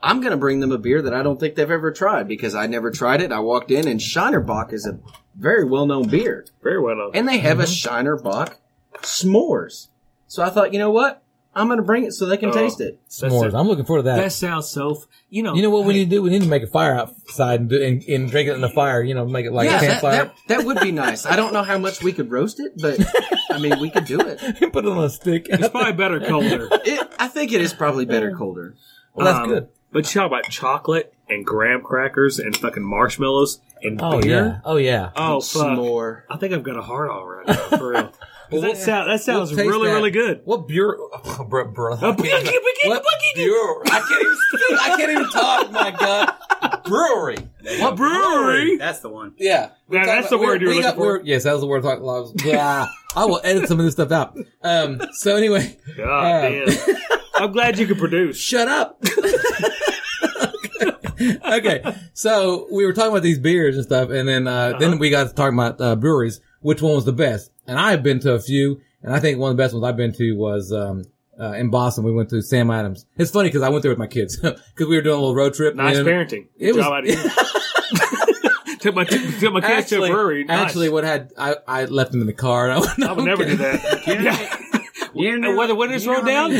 Speaker 5: I'm going to bring them a beer that I don't think they've ever tried because I never tried it. I walked in, and Shinerbach is a very well known beer.
Speaker 3: Very well done.
Speaker 5: and they have a Shinerbach s'mores. So I thought, you know what? I'm going to bring it so they can
Speaker 3: Oh.
Speaker 5: taste it.
Speaker 1: S'mores. I'm looking forward to that.
Speaker 3: That sounds so. f- You know,
Speaker 1: you know what we need to do? We need to make a fire outside and, do, and, and drink it in the fire. You know, make it like
Speaker 5: yeah,
Speaker 1: a
Speaker 5: that,
Speaker 1: campfire.
Speaker 5: that, that would be nice. I don't know how much we could roast it, but I mean, we could do it.
Speaker 1: (laughs) Put it on a stick.
Speaker 3: it's probably
Speaker 1: (laughs)
Speaker 3: better colder.
Speaker 5: (laughs) it I think it is probably better colder.
Speaker 1: Well, Oh, that's good.
Speaker 3: Um, But you talk about chocolate and graham crackers and fucking marshmallows and
Speaker 1: Oh
Speaker 3: beer.
Speaker 1: yeah. Oh yeah.
Speaker 3: Oh fuck!
Speaker 5: S'more.
Speaker 3: I think I've got a heart on right now, for real. 'Cause that, sound, that sounds
Speaker 1: taste
Speaker 3: really,
Speaker 1: that.
Speaker 3: really good.
Speaker 1: What beer? (laughs) bro, bro,
Speaker 3: A boogie, boogie,
Speaker 1: what
Speaker 3: boogie, dude.
Speaker 1: brewer- I can't even. speak. I can't even talk. My God. Brewery.
Speaker 3: A brewery.
Speaker 4: That's the one.
Speaker 1: Yeah.
Speaker 3: Yeah, that's the word you were
Speaker 1: we got-
Speaker 3: looking
Speaker 1: we're-
Speaker 3: for.
Speaker 1: Yes, that was the word. Talk lives. Yeah. I will edit some of this stuff out. Um. So anyway,
Speaker 3: God
Speaker 1: Uh,
Speaker 3: damn.
Speaker 1: (laughs)
Speaker 3: I'm glad you could produce.
Speaker 1: shut up. (laughs) okay. So we were talking about these beers and stuff, and then uh,
Speaker 3: Uh-huh.
Speaker 1: then we got to talking about uh, breweries. Which one was the best? And I've been to a few, and I think one of the best ones I've been to was um, uh, in Boston. We went to Sam Adams. It's funny because I went there with my kids (laughs) because we were doing a little road trip.
Speaker 3: Nice
Speaker 1: and-
Speaker 3: parenting.
Speaker 1: it
Speaker 3: Good
Speaker 1: was-
Speaker 3: job
Speaker 1: (laughs)
Speaker 3: out of you. took my took my kids to a brewery. Nice.
Speaker 1: actually, what had I, I left them in the car? (laughs) And I, went,
Speaker 3: I would never
Speaker 1: (laughs)
Speaker 3: do that. (laughs) Yeah. And whether when it's rolled down,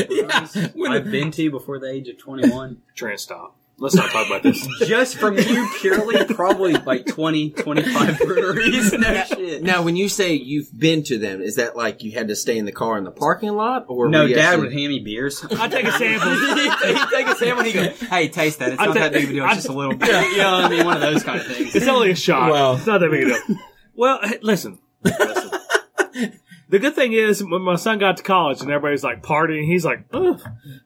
Speaker 1: (laughs) When-
Speaker 4: I've been to before the age of 21.
Speaker 3: Trent, stop. Let's not talk about (laughs) this.
Speaker 4: Just from you purely, probably like 20, 25 (laughs) breweries. No shit.
Speaker 5: (laughs) Now, when you say you've been to them, is that like you had to stay in the car in the parking lot, or
Speaker 4: No,
Speaker 5: were you
Speaker 4: Dad
Speaker 5: actually-
Speaker 4: would hand me (laughs) beers.
Speaker 3: I take a sample.
Speaker 5: (laughs)
Speaker 4: he take a sample and he goes, "Hey, taste that. It's
Speaker 3: I
Speaker 4: not
Speaker 3: ta-
Speaker 4: that big of a deal.
Speaker 3: I-
Speaker 4: It's just
Speaker 3: (laughs)
Speaker 4: a little bit. You know what I mean? One of those kind of things."
Speaker 3: It's only a shot.
Speaker 1: Well.
Speaker 3: it's not that big a (laughs) deal. Well, hey, listen. Listen. The good thing is, when my son got to college and everybody's like partying, he's like, "Ugh,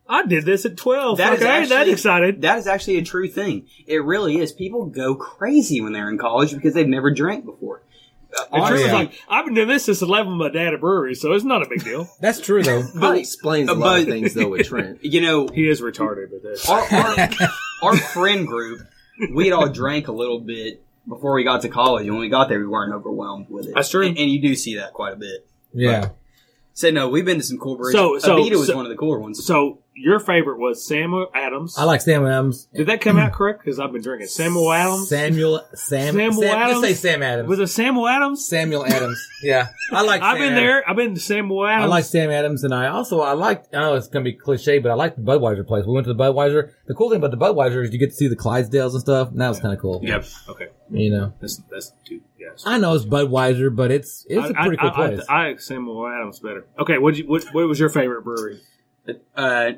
Speaker 3: "I did this at 12.
Speaker 4: That
Speaker 3: That
Speaker 4: is
Speaker 3: okay, that
Speaker 4: actually-
Speaker 3: excited."
Speaker 4: That is actually a true thing. It really is. People go crazy when they're in college because they've never drank before. Uh,
Speaker 3: And Trent
Speaker 4: honestly,
Speaker 3: was like, "I've been doing this since 11 with my dad at brewery, so it's not a big (laughs) deal."
Speaker 1: That's true though.
Speaker 5: That explains a lot of
Speaker 4: But-
Speaker 5: things, though, with
Speaker 4: (laughs)
Speaker 5: Trent.
Speaker 4: you know,
Speaker 3: He is retarded, but that's
Speaker 4: our,
Speaker 3: (laughs)
Speaker 4: our, our friend group, we had all drank a little bit before we got to college. and When we got there, we weren't overwhelmed with it.
Speaker 3: That's true.
Speaker 4: And, and you do see that quite a bit.
Speaker 1: Yeah.
Speaker 4: So no, we've been to some cool breweries.
Speaker 3: So- so-
Speaker 4: Abita was
Speaker 3: so-
Speaker 4: one of the cooler ones.
Speaker 3: So your favorite was Samuel Adams.
Speaker 1: I like Sam Adams.
Speaker 3: Did that come out correct? Because I've been drinking Samuel Adams.
Speaker 1: Samuel Sam.
Speaker 3: Samuel
Speaker 1: Sam,
Speaker 3: Adams?
Speaker 1: Let's say Sam Adams.
Speaker 3: was it Samuel Adams?
Speaker 1: Samuel Adams. Yeah, I like. Sam
Speaker 3: I've been
Speaker 1: Adams.
Speaker 3: there. I've been to Samuel Adams.
Speaker 1: I like Sam Adams, and I also I like. I know it's gonna be cliche, but I like the Budweiser place. We went to the Budweiser. The cool thing about the Budweiser is you get to see the Clydesdales and stuff. And that was kind of cool.
Speaker 3: Yep. Okay.
Speaker 1: You know,
Speaker 3: That's that's dude. Yes.
Speaker 1: I know it's Budweiser, but it's it's a
Speaker 3: I-
Speaker 1: pretty cool
Speaker 3: I, I-
Speaker 1: place.
Speaker 3: I, I, like Samuel Adams better. Okay. What you what, what was your favorite brewery?
Speaker 4: Uh,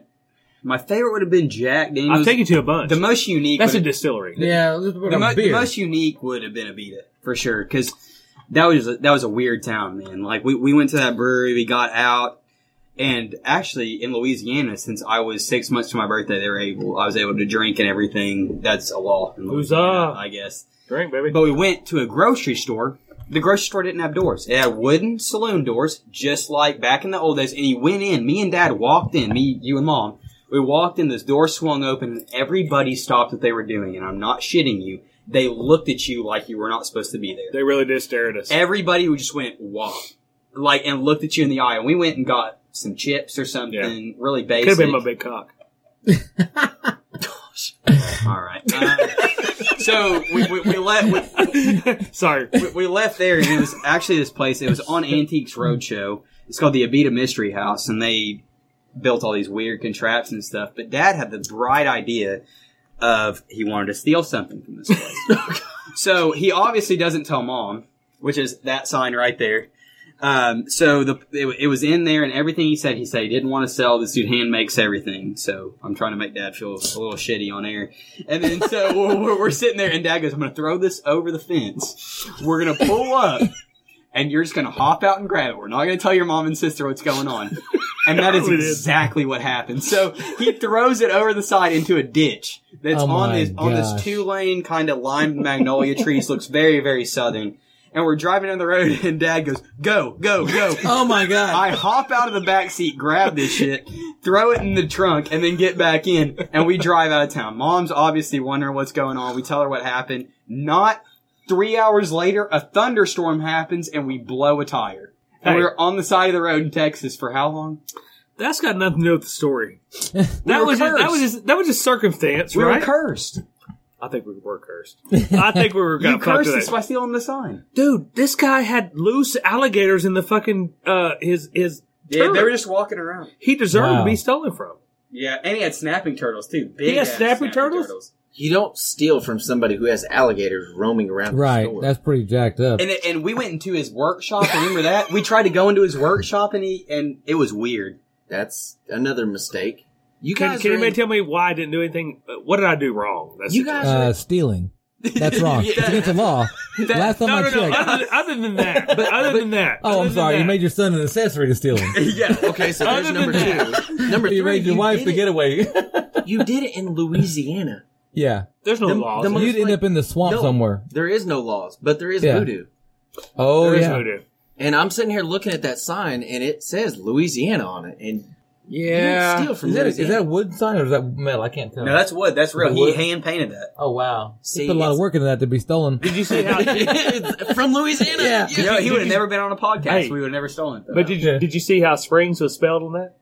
Speaker 4: my favorite would have been Jack Daniels.
Speaker 3: I've taken to a bunch.
Speaker 4: the most unique.
Speaker 3: that's a
Speaker 4: would-
Speaker 3: distillery.
Speaker 1: yeah, let's put
Speaker 4: the,
Speaker 1: on
Speaker 4: mo- the
Speaker 1: beer.
Speaker 4: most unique would have been Abita for sure because that was a, that was a weird town, man. Like we, we went to that brewery, we got out, and actually in Louisiana, since I was six months to my birthday, they were able I was able to drink and everything. That's a law in Louisiana,
Speaker 3: Huzzah.
Speaker 4: I guess.
Speaker 3: Drink, baby.
Speaker 4: But we went to a grocery store. The grocery store didn't have doors. It had wooden saloon doors, just like back in the old days. And he went in. Me and Dad walked in. Me, you, and Mom. We walked in. This door swung open, and everybody stopped what they were doing. And I'm not shitting you. They looked at you like you were not supposed to be there.
Speaker 3: they really did stare at us.
Speaker 4: Everybody who just went wow, like and looked at you in the eye. And we went and got some chips or something,
Speaker 3: Yeah.
Speaker 4: really
Speaker 3: Could
Speaker 4: basic.
Speaker 3: have been my big cock. (laughs)
Speaker 4: All right. Uh, (laughs) so we, we, we let we,
Speaker 3: Sorry.
Speaker 4: we, we left there and it was actually this place. It was on Antiques Roadshow. It's called the Abita Mystery House, and they built all these weird contraptions and stuff. But Dad had the bright idea of he wanted to steal something from this place. so he obviously doesn't tell Mom, which is that sign right there. Um, so the it, it was in there, and everything he said, he said he didn't want to sell. This dude hand makes everything, so I'm trying to make Dad feel a little shitty on air. And then so (laughs) we're, we're, we're sitting there, and Dad goes, "I'm going to throw this over the fence. We're going to pull up, and you're just going to hop out and grab it. We're not going to tell your mom and sister what's going on." And that is
Speaker 3: (laughs) We did.
Speaker 4: exactly what happened. So he throws it over the side into a ditch that's
Speaker 1: Oh
Speaker 4: on
Speaker 1: my
Speaker 4: this on this
Speaker 1: gosh.
Speaker 4: two lane kind of lime magnolia trees. Looks very very southern. And we're driving down the road, (laughs) and Dad goes, "Go, go, go!"
Speaker 1: (laughs) oh my god!
Speaker 4: I hop out of the back seat, grab this shit, throw it in the trunk, and then get back in, and we drive out of town. Mom's obviously wondering what's going on. We tell her what happened. Not three hours later, a thunderstorm happens, and we blow a tire. And
Speaker 3: Hey.
Speaker 4: we're on the side of the road in Texas for how long?
Speaker 3: That's got nothing to do with the
Speaker 4: (laughs)
Speaker 3: story. that
Speaker 4: were
Speaker 3: was just, that
Speaker 4: cursed.
Speaker 3: was just, that was just circumstance,
Speaker 4: We
Speaker 3: right?
Speaker 4: were cursed.
Speaker 3: I think we were
Speaker 4: (laughs)
Speaker 3: cursed. I think we were
Speaker 4: You
Speaker 3: got fucked
Speaker 4: cursed
Speaker 3: with
Speaker 4: us
Speaker 3: that.
Speaker 4: by stealing the sign.
Speaker 3: Dude, this guy had loose alligators in the fucking uh his his
Speaker 4: Yeah,
Speaker 3: turd.
Speaker 4: they were just walking around.
Speaker 3: he deserved
Speaker 1: Wow.
Speaker 3: to be stolen from.
Speaker 4: Yeah, and he had snapping turtles too. Big
Speaker 3: He had
Speaker 4: ass
Speaker 3: snapping turtles?
Speaker 5: You don't steal from somebody who has alligators roaming around.
Speaker 1: Right,
Speaker 5: The store.
Speaker 1: that's pretty jacked up.
Speaker 4: And, and we went into his workshop. Remember that? We tried to go into his workshop, and he and it was weird.
Speaker 5: That's another mistake. You
Speaker 3: Can,
Speaker 5: guys,
Speaker 3: can
Speaker 5: are
Speaker 3: anybody
Speaker 5: in-
Speaker 3: tell me why I didn't do anything? Uh, What did I do wrong? That's
Speaker 5: you
Speaker 3: the-
Speaker 5: guys,
Speaker 1: Uh,
Speaker 5: are,
Speaker 1: stealing. That's wrong.
Speaker 4: Yeah.
Speaker 1: It's against the law. Last time
Speaker 3: no,
Speaker 1: I
Speaker 3: no,
Speaker 1: checked.
Speaker 3: no. Other, other than that, but other than that.
Speaker 1: oh, I'm sorry. You made your son an accessory to stealing.
Speaker 5: (laughs) yeah. Okay, so there's
Speaker 3: Other
Speaker 5: number
Speaker 3: than
Speaker 5: two. Number three,
Speaker 1: you made your wife
Speaker 5: did
Speaker 1: the
Speaker 5: it-
Speaker 1: getaway.
Speaker 5: You did it in Louisiana.
Speaker 1: (laughs) yeah,
Speaker 3: There's no
Speaker 5: The-
Speaker 3: laws.
Speaker 5: the
Speaker 1: you'd
Speaker 5: most-
Speaker 3: There's
Speaker 1: end
Speaker 5: like-
Speaker 1: up in the swamp
Speaker 5: No.
Speaker 1: somewhere.
Speaker 5: There is no laws, but there is
Speaker 1: Yeah.
Speaker 5: voodoo.
Speaker 1: Oh yeah.
Speaker 3: voodoo.
Speaker 5: And I'm sitting here looking at that sign, and it says Louisiana on it, and
Speaker 1: Yeah.
Speaker 5: You don't steal from
Speaker 1: is, that, is
Speaker 5: Louisiana.
Speaker 1: that a wood sign or is that metal? I can't tell.
Speaker 4: No, that's wood. That's real. He
Speaker 1: Wood?
Speaker 4: hand painted that.
Speaker 1: oh wow.
Speaker 5: See,
Speaker 1: he put a lot of
Speaker 5: it's-
Speaker 1: work into that to be (laughs) stolen.
Speaker 3: Did you see how?
Speaker 5: (laughs) it's from Louisiana.
Speaker 1: Yeah.
Speaker 4: You know, he would have never been on a podcast.
Speaker 3: Hey.
Speaker 4: we would have never stolen it.
Speaker 3: but did you,
Speaker 1: Yeah.
Speaker 3: did you see how Springs was spelled on that?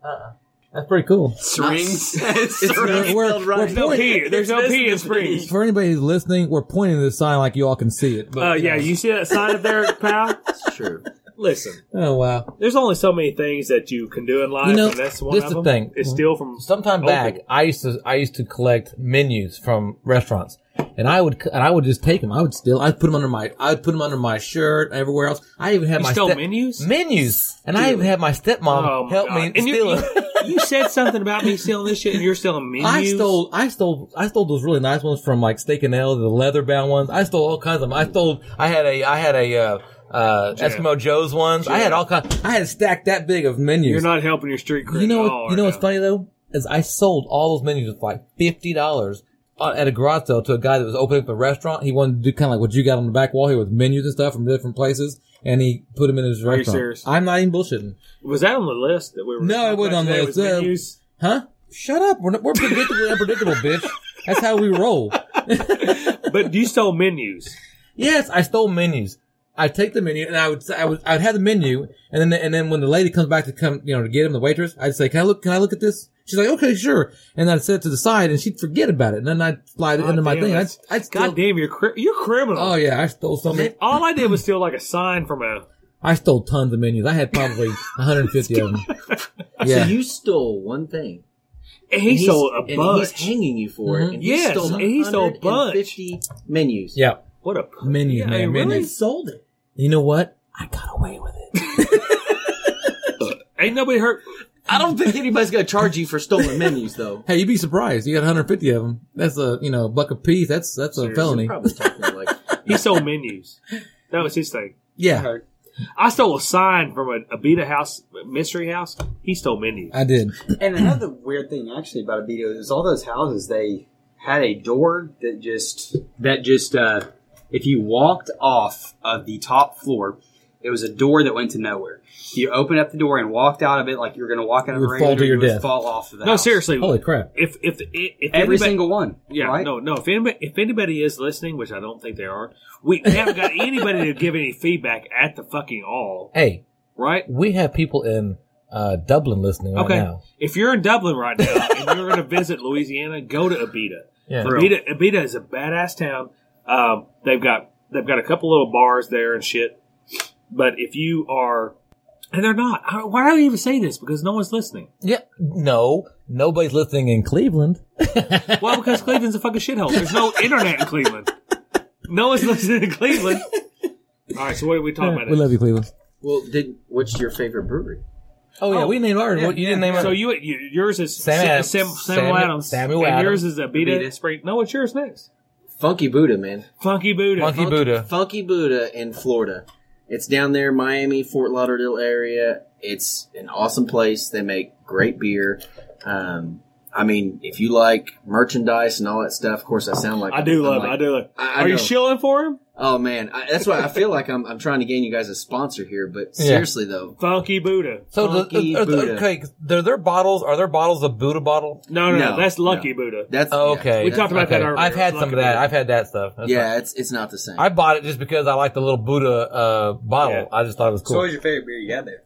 Speaker 1: That's pretty cool.
Speaker 5: (laughs)
Speaker 4: Strings. (laughs)
Speaker 1: We're, we're, we're
Speaker 3: There's no
Speaker 1: pointing-
Speaker 3: P. There's no P in Springs.
Speaker 1: for anybody who's listening, we're pointing to the sign like you all can see it. But,
Speaker 3: Uh, yeah, you see that sign up
Speaker 5: (laughs)
Speaker 3: there, pal?
Speaker 5: That's true.
Speaker 3: Listen,
Speaker 1: Oh wow.
Speaker 3: there's only so many things that you can do in life,
Speaker 1: You know,
Speaker 3: and that's one
Speaker 1: this
Speaker 3: of
Speaker 1: the
Speaker 3: them.
Speaker 1: thing.
Speaker 3: It's still from
Speaker 1: Sometime
Speaker 3: old
Speaker 1: back,
Speaker 3: people.
Speaker 1: I used to I used to collect menus from restaurants, and I would and I would just take them. I would steal. I'd put them under my I'd put them under my shirt. Everywhere else, I even had
Speaker 3: You
Speaker 1: my
Speaker 3: stole
Speaker 1: step-
Speaker 3: menus?
Speaker 1: menus, and I even had my stepmom
Speaker 3: Oh, my
Speaker 1: help
Speaker 3: God.
Speaker 1: me
Speaker 3: And you-
Speaker 1: steal
Speaker 3: you,
Speaker 1: (laughs) it.
Speaker 3: you said something about me stealing this shit, and you're stealing menus.
Speaker 1: I stole, I stole, I stole those really nice ones from like Steak and Ale, the leather bound ones. I stole all kinds of them. I stole, I had a, I had a uh, uh, Eskimo Joe's ones. I had all kinds. I had stacked that big of menus.
Speaker 3: You're not Oh, helping your street cred
Speaker 1: you know,
Speaker 3: at
Speaker 1: what,
Speaker 3: all
Speaker 1: you know
Speaker 3: right
Speaker 1: what's
Speaker 3: now.
Speaker 1: funny though is I sold all those menus for like fifty dollars at a garage sale to a guy that was opening up a restaurant. He wanted to do kind of like what you got on the back wall here with menus and stuff from different places, and he put them in his
Speaker 3: you
Speaker 1: restaurant.
Speaker 3: serious?
Speaker 1: I'm not even bullshitting,
Speaker 3: Was that on the list that we were?
Speaker 1: No, it
Speaker 3: talking
Speaker 1: wasn't
Speaker 3: about
Speaker 1: on the
Speaker 3: today?
Speaker 1: list.
Speaker 3: Was
Speaker 1: Uh,
Speaker 3: menus?
Speaker 1: huh? Shut up! We're, not, we're predictably unpredictable, bitch. That's how we roll. (laughs)
Speaker 3: But you stole menus.
Speaker 1: Yes, I stole menus. I take the menu and I would I would I would have the menu and then and then when the lady comes back to come you know to get him the waitress I'd say can I look can I look at this she's like okay sure and I'd set it to the side and she'd forget about it and then I'd slide it
Speaker 3: God
Speaker 1: into my
Speaker 3: damn,
Speaker 1: thing I'd,
Speaker 3: that's-
Speaker 1: I'd steal,
Speaker 3: God damn, you're cri- you're criminal.
Speaker 1: oh yeah I stole so many
Speaker 3: All I did was steal like a sign from a.
Speaker 1: I stole tons of menus I had
Speaker 3: (laughs)
Speaker 1: probably 150 of them yeah
Speaker 5: So you stole one thing.
Speaker 3: and He
Speaker 5: And he's-
Speaker 3: stole a
Speaker 5: and
Speaker 3: bunch.
Speaker 5: He's hanging you for
Speaker 1: Mhm.
Speaker 5: it. And
Speaker 3: Yes,
Speaker 5: he stole
Speaker 3: and he stole a
Speaker 5: 150 menus.
Speaker 1: yeah
Speaker 3: what a
Speaker 1: menus
Speaker 3: Yeah,
Speaker 1: man
Speaker 3: really?
Speaker 1: menus
Speaker 5: sold it.
Speaker 1: you know what I got away with it
Speaker 3: Ain't nobody hurt.
Speaker 5: I don't think anybody's gonna charge you for stolen menus though.
Speaker 1: hey you'd be surprised you got 150 of them that's a you know buck a piece that's that's a (laughs) felony
Speaker 5: You're probably talking like
Speaker 1: (laughs)
Speaker 3: He stole menus. That was his thing.
Speaker 1: yeah
Speaker 3: I stole a sign from a, a Beta house, mystery house. He stole menus.
Speaker 1: I did
Speaker 4: And another weird thing, actually, about Abito is all those houses they had a door that just that just uh, if you walked off of the top floor, it was a door that went to nowhere. If you opened up the door and walked out of it like you were going to walk out
Speaker 1: You
Speaker 4: of a
Speaker 1: would
Speaker 4: regular
Speaker 1: fall to
Speaker 4: door,
Speaker 1: your
Speaker 4: you would
Speaker 1: death.
Speaker 4: fall off of the
Speaker 3: No,
Speaker 4: house.
Speaker 3: seriously.
Speaker 1: holy crap
Speaker 3: If if if, if
Speaker 4: every
Speaker 3: anybody-
Speaker 4: single one.
Speaker 3: Yeah,
Speaker 4: right?
Speaker 3: no, no. If anybody, if anybody is listening, which I don't think they are, we
Speaker 1: (laughs)
Speaker 3: haven't got anybody to give any feedback at the fucking all,
Speaker 1: hey
Speaker 3: right?
Speaker 1: we have people in uh, Dublin listening right
Speaker 3: Okay.
Speaker 1: now.
Speaker 3: If you're in Dublin right now and you're going to visit Louisiana, go to Abita.
Speaker 1: Yeah.
Speaker 3: Abita, Abita is a badass town. Um, they've got they've got a couple little bars there and shit. But if you are, and they're not. I, why do I even say this? Because no one's listening.
Speaker 1: Yeah. No, nobody's listening in Cleveland.
Speaker 3: Well, because Cleveland's a fucking shithole. There's no internet in Cleveland. No one's listening to Cleveland. All right, so what are we talking about?
Speaker 1: we love you, Cleveland.
Speaker 5: Well did what's your favorite brewery?
Speaker 1: Oh yeah, we named ours.
Speaker 5: yeah,
Speaker 1: What- you didn't name ours.
Speaker 3: So you, you yours is
Speaker 1: Sam
Speaker 3: Sam,
Speaker 1: Adams.
Speaker 3: Sam, Samuel
Speaker 1: Samuel-
Speaker 3: Adams.
Speaker 1: Samuel
Speaker 3: and
Speaker 1: Adams.
Speaker 3: yours is Abita
Speaker 5: Abita.
Speaker 3: Spring. No, what's yours next?
Speaker 5: Funky Buddha, man.
Speaker 3: Funky Buddha.
Speaker 1: Funky Buddha.
Speaker 5: Funky Buddha in Florida. It's down there, Miami, Fort Lauderdale area. It's an awesome place. They make great beer. Um, I mean, if you like merchandise and all that stuff, of course, I sound like
Speaker 3: I do
Speaker 5: I'm
Speaker 3: love.
Speaker 5: like-
Speaker 3: I do love.
Speaker 5: I- I
Speaker 3: Are you
Speaker 5: know.
Speaker 3: shilling for him?
Speaker 5: Oh man, I, that's why I feel like I'm, I'm trying to gain you guys a sponsor here. But
Speaker 1: Yeah.
Speaker 5: seriously though,
Speaker 3: Funky Buddha.
Speaker 1: So the-
Speaker 5: Funky
Speaker 1: uh, uh,
Speaker 5: Buddha.
Speaker 1: okay, there there bottles. Are there bottles of Buddha bottle?
Speaker 3: No, no, no,
Speaker 5: No,
Speaker 3: that's Lucky
Speaker 5: no.
Speaker 3: Buddha.
Speaker 5: that's
Speaker 1: Oh,
Speaker 5: yeah,
Speaker 1: okay.
Speaker 3: We
Speaker 5: that's-
Speaker 3: talked about
Speaker 1: okay.
Speaker 3: that earlier.
Speaker 1: I've had
Speaker 3: It's
Speaker 1: some
Speaker 3: like
Speaker 1: of that.
Speaker 3: a-
Speaker 1: I've had that stuff. That's
Speaker 5: Yeah, it's it's not the same.
Speaker 1: fine. I bought it just because I like the little Buddha uh, bottle.
Speaker 3: Yeah.
Speaker 1: I just thought it was
Speaker 4: So, what
Speaker 1: cool.
Speaker 4: was your favorite beer you had there?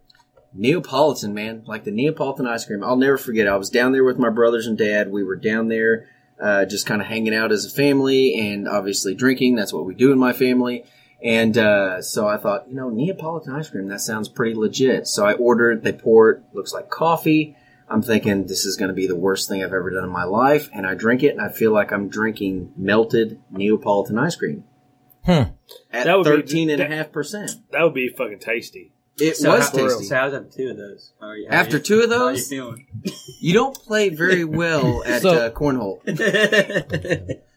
Speaker 5: Neapolitan, man. Like the Neapolitan ice cream. I'll never forget. I was down there with my brothers and dad. We were down there uh, just kind of hanging out as a family and obviously drinking. That's what we do in my family. And uh, so I thought, you know, Neapolitan ice cream, that sounds pretty legit. So I ordered, they pour it, looks like coffee. I'm thinking this is going to be the worst thing I've ever done in my life. And I drink it and I feel like I'm drinking melted Neapolitan ice cream.
Speaker 1: Hmm.
Speaker 5: At
Speaker 3: That would be-
Speaker 5: 13.5%.
Speaker 3: That would be fucking tasty.
Speaker 5: It
Speaker 4: So
Speaker 5: was
Speaker 4: how-
Speaker 5: tasty.
Speaker 4: So I was after two of those. How are you- how are
Speaker 5: After
Speaker 4: you-
Speaker 5: two of
Speaker 4: how are
Speaker 5: those?
Speaker 4: you feeling?
Speaker 5: You don't
Speaker 1: (laughs)
Speaker 5: play very well at
Speaker 1: So-
Speaker 5: uh, cornhole.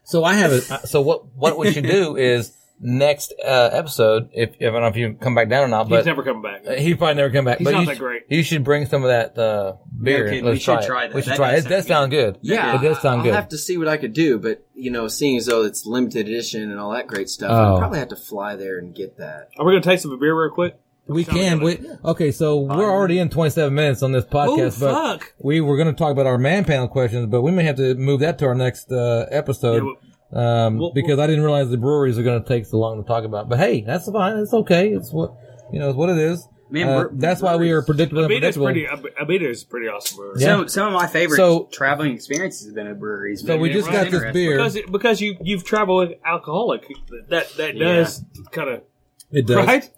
Speaker 1: So I have a, uh, so what what we should (laughs) do is next uh, episode. If I don't know if you come back down or not,
Speaker 3: He's
Speaker 1: but
Speaker 3: never coming back.
Speaker 1: Uh, He'd probably never come back.
Speaker 3: He's
Speaker 1: but
Speaker 3: not
Speaker 1: you
Speaker 3: that
Speaker 1: sh-
Speaker 3: great.
Speaker 1: You should bring some of that uh, beer.
Speaker 4: kid,
Speaker 1: Let's
Speaker 4: we should
Speaker 1: it.
Speaker 4: try that.
Speaker 1: We should
Speaker 4: That
Speaker 1: try it.
Speaker 4: does
Speaker 1: It does sound
Speaker 4: sound
Speaker 1: good.
Speaker 5: Yeah,
Speaker 1: it does sound
Speaker 5: I-
Speaker 1: good.
Speaker 5: I'll have to see what I could do, but you know, seeing as though it's limited edition and all that great stuff,
Speaker 1: Oh.
Speaker 5: I probably have to fly there and get that.
Speaker 3: Are we going to taste some beer real quick?
Speaker 1: we
Speaker 3: sound
Speaker 1: can. We,
Speaker 3: good.
Speaker 1: okay, so we're already in 27 minutes on this
Speaker 3: Oh
Speaker 1: podcast, but
Speaker 3: fuck!
Speaker 1: we were going to talk about our man panel questions, but we may have to move that to our next uh, episode
Speaker 3: Yeah,
Speaker 1: um,
Speaker 3: we'll-
Speaker 1: because I didn't realize the breweries are going to take so long to talk about. But hey, that's fine. It's okay. It's what you know. It's what it is.
Speaker 4: (laughs) Man,
Speaker 1: Uh,
Speaker 4: we're-
Speaker 1: that's why we are predictable. and
Speaker 3: Abita's
Speaker 1: predictable.
Speaker 3: pretty. Ab- Abita's pretty awesome. brewery.
Speaker 1: Yeah.
Speaker 4: Some, some of my favorite
Speaker 1: So-
Speaker 4: traveling experiences have been at breweries.
Speaker 1: so we
Speaker 4: man.
Speaker 1: just
Speaker 4: It's
Speaker 1: got this
Speaker 4: interesting.
Speaker 1: beer.
Speaker 3: Because because you you've traveled with alcoholic that that
Speaker 4: Yeah.
Speaker 3: does kind of
Speaker 1: It does.
Speaker 3: right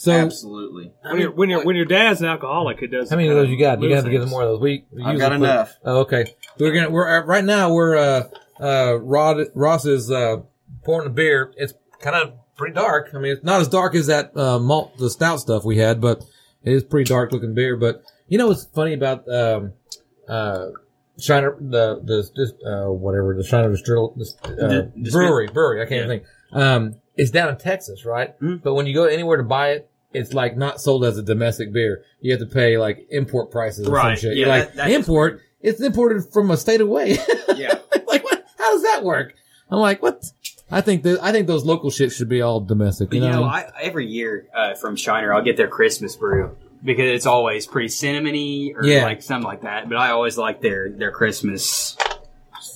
Speaker 1: So
Speaker 5: Absolutely.
Speaker 3: when your when your when your dad's an alcoholic it does
Speaker 1: How many of
Speaker 3: kinda
Speaker 1: those you got? You
Speaker 3: lose
Speaker 1: have to get
Speaker 3: things.
Speaker 1: more of those. We we
Speaker 5: I've
Speaker 1: usually
Speaker 5: got
Speaker 1: put-
Speaker 5: enough.
Speaker 1: Oh, okay, we're gonna we're uh, right now we're uh uh Rod Ross is uh pouring the beer. It's kind of pretty dark. I mean, it's not as dark as that uh malt the stout stuff we had, but it is pretty dark looking beer. But you know what's funny about um uh Shiner the the this, uh whatever the Shiner Distill this, uh,
Speaker 4: The- the-
Speaker 1: brewery brewery I can't even think um it's down in Texas right, but when you go anywhere to buy it it's like not sold as a domestic beer. You have to pay like import prices or some
Speaker 4: Right,
Speaker 1: shit.
Speaker 4: yeah,
Speaker 1: You're like
Speaker 4: that- that is
Speaker 1: import. It's imported from a state away. (laughs)
Speaker 4: Yeah.
Speaker 1: like what? How does that work? I'm like, what? I think that I think those local shit should be all domestic. You
Speaker 4: But,
Speaker 1: know,
Speaker 4: (laughs) you know,
Speaker 1: what I mean?
Speaker 4: I, every year uh, from Shiner, I'll get their Christmas brew because it's always pretty cinnamony or
Speaker 1: Yeah.
Speaker 4: like something like that. But I always like their their Christmas.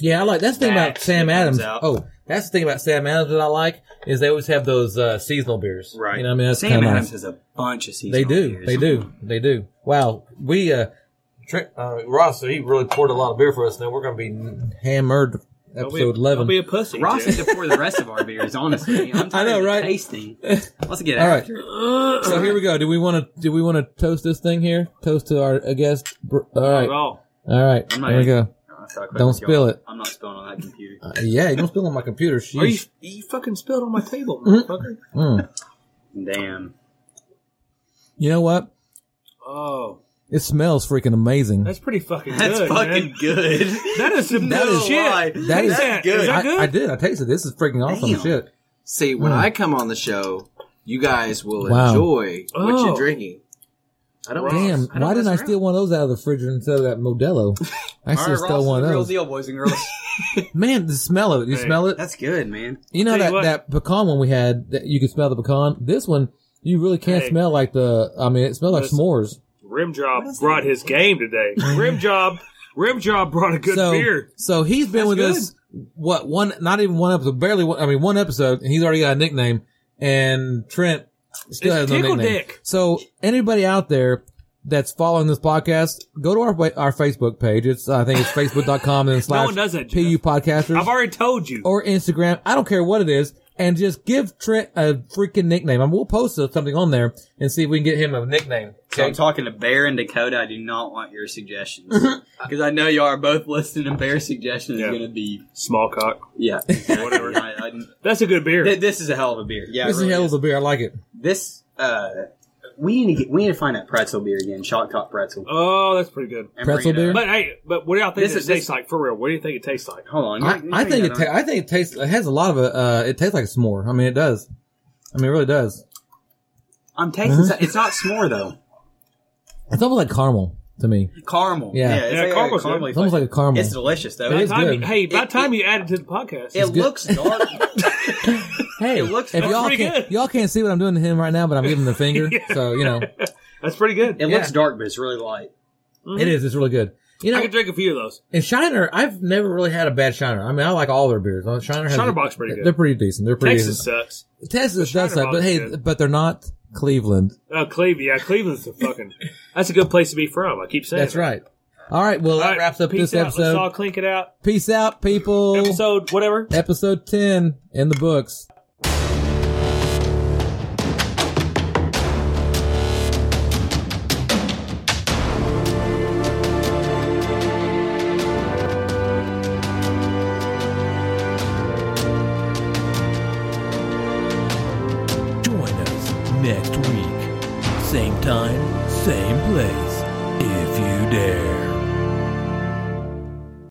Speaker 1: yeah, I like that's the thing about
Speaker 4: Max,
Speaker 1: Sam
Speaker 4: it
Speaker 1: Adams.
Speaker 4: comes out.
Speaker 1: Oh, That's the thing about Sam Adams that I like is they always have those uh, seasonal beers.
Speaker 4: Right.
Speaker 1: You know, what I mean, that's
Speaker 4: Sam
Speaker 1: kind of
Speaker 4: Adams
Speaker 1: nice.
Speaker 4: has a bunch of seasonal
Speaker 1: They do.
Speaker 4: beers.
Speaker 1: They do. They do. Wow. We uh, Trent, uh, Ross, he really poured a lot of beer for us. Now we're going to be hammered.
Speaker 3: Don't
Speaker 1: Episode
Speaker 3: be a-
Speaker 1: eleven.
Speaker 3: Don't be a pussy.
Speaker 4: (laughs) Ross
Speaker 3: Jeff.
Speaker 4: had to pour the rest of our
Speaker 1: (laughs)
Speaker 4: beers. Honestly, I'm tired
Speaker 1: I know,
Speaker 4: of the
Speaker 1: right? (laughs)
Speaker 4: Tasting. Let's get
Speaker 1: All right.
Speaker 4: after it.
Speaker 1: so here we go. Do we want to? Do we want to toast this thing here? Toast to our uh, guest. Br- All right.
Speaker 3: Raw.
Speaker 1: All right.
Speaker 4: I'm not
Speaker 1: Here we go.
Speaker 4: I feel like
Speaker 1: Don't
Speaker 4: I'm
Speaker 1: spill
Speaker 4: going-
Speaker 1: it.
Speaker 4: I'm not spilling on that computer.
Speaker 1: Uh, yeah, you don't spill on my computer. Sheesh.
Speaker 3: Are you, you fucking spilled on my table, motherfucker.
Speaker 1: Mm.
Speaker 4: Damn.
Speaker 1: You know what?
Speaker 3: Oh,
Speaker 1: It smells freaking amazing.
Speaker 3: that's pretty fucking
Speaker 4: That's
Speaker 3: good.
Speaker 4: fucking
Speaker 3: man.
Speaker 4: good.
Speaker 3: (laughs) That is some
Speaker 4: No
Speaker 3: good shit.
Speaker 4: lie.
Speaker 1: That is-
Speaker 3: that Is that
Speaker 1: I,
Speaker 3: good?
Speaker 1: I did. I tasted. This is freaking awesome
Speaker 4: Damn.
Speaker 1: shit.
Speaker 5: See, when
Speaker 1: Mm.
Speaker 5: I come on the show, you guys will
Speaker 1: Wow.
Speaker 5: enjoy what
Speaker 3: Oh.
Speaker 5: you're drinking. I don't.
Speaker 1: Damn!
Speaker 4: I don't
Speaker 1: why didn't I
Speaker 4: mess
Speaker 1: steal one of those out of the refrigerator instead of that
Speaker 3: (laughs)
Speaker 1: Modelo? I
Speaker 4: All
Speaker 1: should
Speaker 4: right,
Speaker 1: have stole
Speaker 4: Ross,
Speaker 1: one
Speaker 4: the
Speaker 1: of
Speaker 4: real
Speaker 1: those.
Speaker 4: deal, boys and
Speaker 1: (laughs)
Speaker 4: girls.
Speaker 1: Man, the smell of it. You
Speaker 3: Hey.
Speaker 1: smell it.
Speaker 4: That's good, man.
Speaker 1: You know
Speaker 3: Tell you
Speaker 1: that,
Speaker 3: what.
Speaker 1: that pecan one we had that you could smell the pecan. This one you really can't
Speaker 3: Hey.
Speaker 1: smell like the. I mean, it smells like
Speaker 3: Listen.
Speaker 1: s'mores.
Speaker 3: Rim Job brought his
Speaker 1: (laughs)
Speaker 3: game today. Rim Job, Rim Job brought a good
Speaker 1: so,
Speaker 3: beer.
Speaker 1: So he's been
Speaker 3: That's
Speaker 1: with us what one? Not even one episode. Barely. One, I mean, one episode, and he's already got a nickname. And Trent still
Speaker 3: It's
Speaker 1: has no
Speaker 3: Tickle
Speaker 1: nickname.
Speaker 3: Dick.
Speaker 1: So anybody out there that's following this podcast, go to our wa- our Facebook page. It's I
Speaker 3: (laughs)
Speaker 1: think it's facebook.com and then
Speaker 3: No
Speaker 1: slash
Speaker 3: one does that. Jeff.
Speaker 1: pu podcasters.
Speaker 3: I've already told you.
Speaker 1: or Instagram. I don't care what it is. And just give Trent a freaking nickname. I mean, we'll post something on there and see if we can get him a nickname.
Speaker 4: So I'm talking to Bear and Dakota. I do not want
Speaker 1: (laughs)
Speaker 4: your suggestions because I know you are both listening. And Bear's suggestion is
Speaker 3: Yeah.
Speaker 4: going to be
Speaker 3: Small cock.
Speaker 4: yeah,
Speaker 3: Whatever.
Speaker 4: (laughs) I, I,
Speaker 3: That's a good beer.
Speaker 4: th- this is a hell of a beer. Yeah, it
Speaker 1: This is
Speaker 4: really
Speaker 1: hell of a beer. I like it.
Speaker 4: This uh, we need to get, we need to find that pretzel beer again. Shot cock pretzel.
Speaker 3: oh, that's pretty good.
Speaker 4: and
Speaker 1: Pretzel
Speaker 4: bring it up.
Speaker 3: But hey, but what do y'all think
Speaker 4: This
Speaker 3: this,
Speaker 4: is-
Speaker 3: tastes like for real? What do you think it tastes like?
Speaker 4: Hold on.
Speaker 1: I, I think it. Ta- I think it tastes. It has a lot of a. Uh, it tastes like a s'more. I mean, it does. I mean, it really does.
Speaker 4: I'm
Speaker 1: (laughs)
Speaker 4: tasting. some- It's not s'more though.
Speaker 1: It's almost like caramel to me.
Speaker 4: Caramel.
Speaker 1: Yeah.
Speaker 4: it's
Speaker 3: Yeah,
Speaker 4: like a
Speaker 3: caramel's
Speaker 4: caramel
Speaker 3: good.
Speaker 1: It's almost like a caramel.
Speaker 4: It's delicious though.
Speaker 1: It
Speaker 3: By
Speaker 1: is
Speaker 4: It,
Speaker 3: the time
Speaker 1: good.
Speaker 3: You, hey, by the
Speaker 4: It-
Speaker 3: time
Speaker 4: it-
Speaker 3: you add it to the podcast,
Speaker 1: good.
Speaker 4: looks
Speaker 1: (laughs)
Speaker 4: dark.
Speaker 1: hey,
Speaker 4: it looks-
Speaker 1: if
Speaker 4: that's
Speaker 1: y'all
Speaker 3: pretty
Speaker 1: can't,
Speaker 3: good.
Speaker 1: y'all can't see what I'm doing to him right now, but I'm
Speaker 3: (laughs)
Speaker 1: giving him the finger.
Speaker 3: Yeah.
Speaker 1: So you know,
Speaker 3: that's pretty good.
Speaker 4: it
Speaker 1: Yeah.
Speaker 4: looks dark, but it's really light.
Speaker 1: it is. It's really good. You know,
Speaker 3: Mm-hmm. I could drink a few of those.
Speaker 1: And Shiner, I've never really had a bad Shiner. I mean, I like all their beers. Uh, Shiner has
Speaker 3: Shiner Bock's pretty good.
Speaker 1: They're pretty decent. They're pretty
Speaker 3: Texas
Speaker 1: decent.
Speaker 3: sucks.
Speaker 1: Texas
Speaker 3: Shiner
Speaker 1: does suck, but
Speaker 3: Bock's
Speaker 1: hey,
Speaker 3: good.
Speaker 1: but they're not Cleveland.
Speaker 3: Oh, Cleveland. Yeah, Cleveland's a fucking. that's a good place to be from. I keep saying.
Speaker 1: That's
Speaker 3: it.
Speaker 1: right. All right, well
Speaker 3: All
Speaker 1: that
Speaker 3: right,
Speaker 1: wraps up
Speaker 3: peace
Speaker 1: this
Speaker 3: out. Let's
Speaker 1: episode.
Speaker 3: all clink it out.
Speaker 1: Peace out, people.
Speaker 3: Episode whatever.
Speaker 1: Episode ten in the books.
Speaker 7: Join us next week. Same time, same place, if you dare.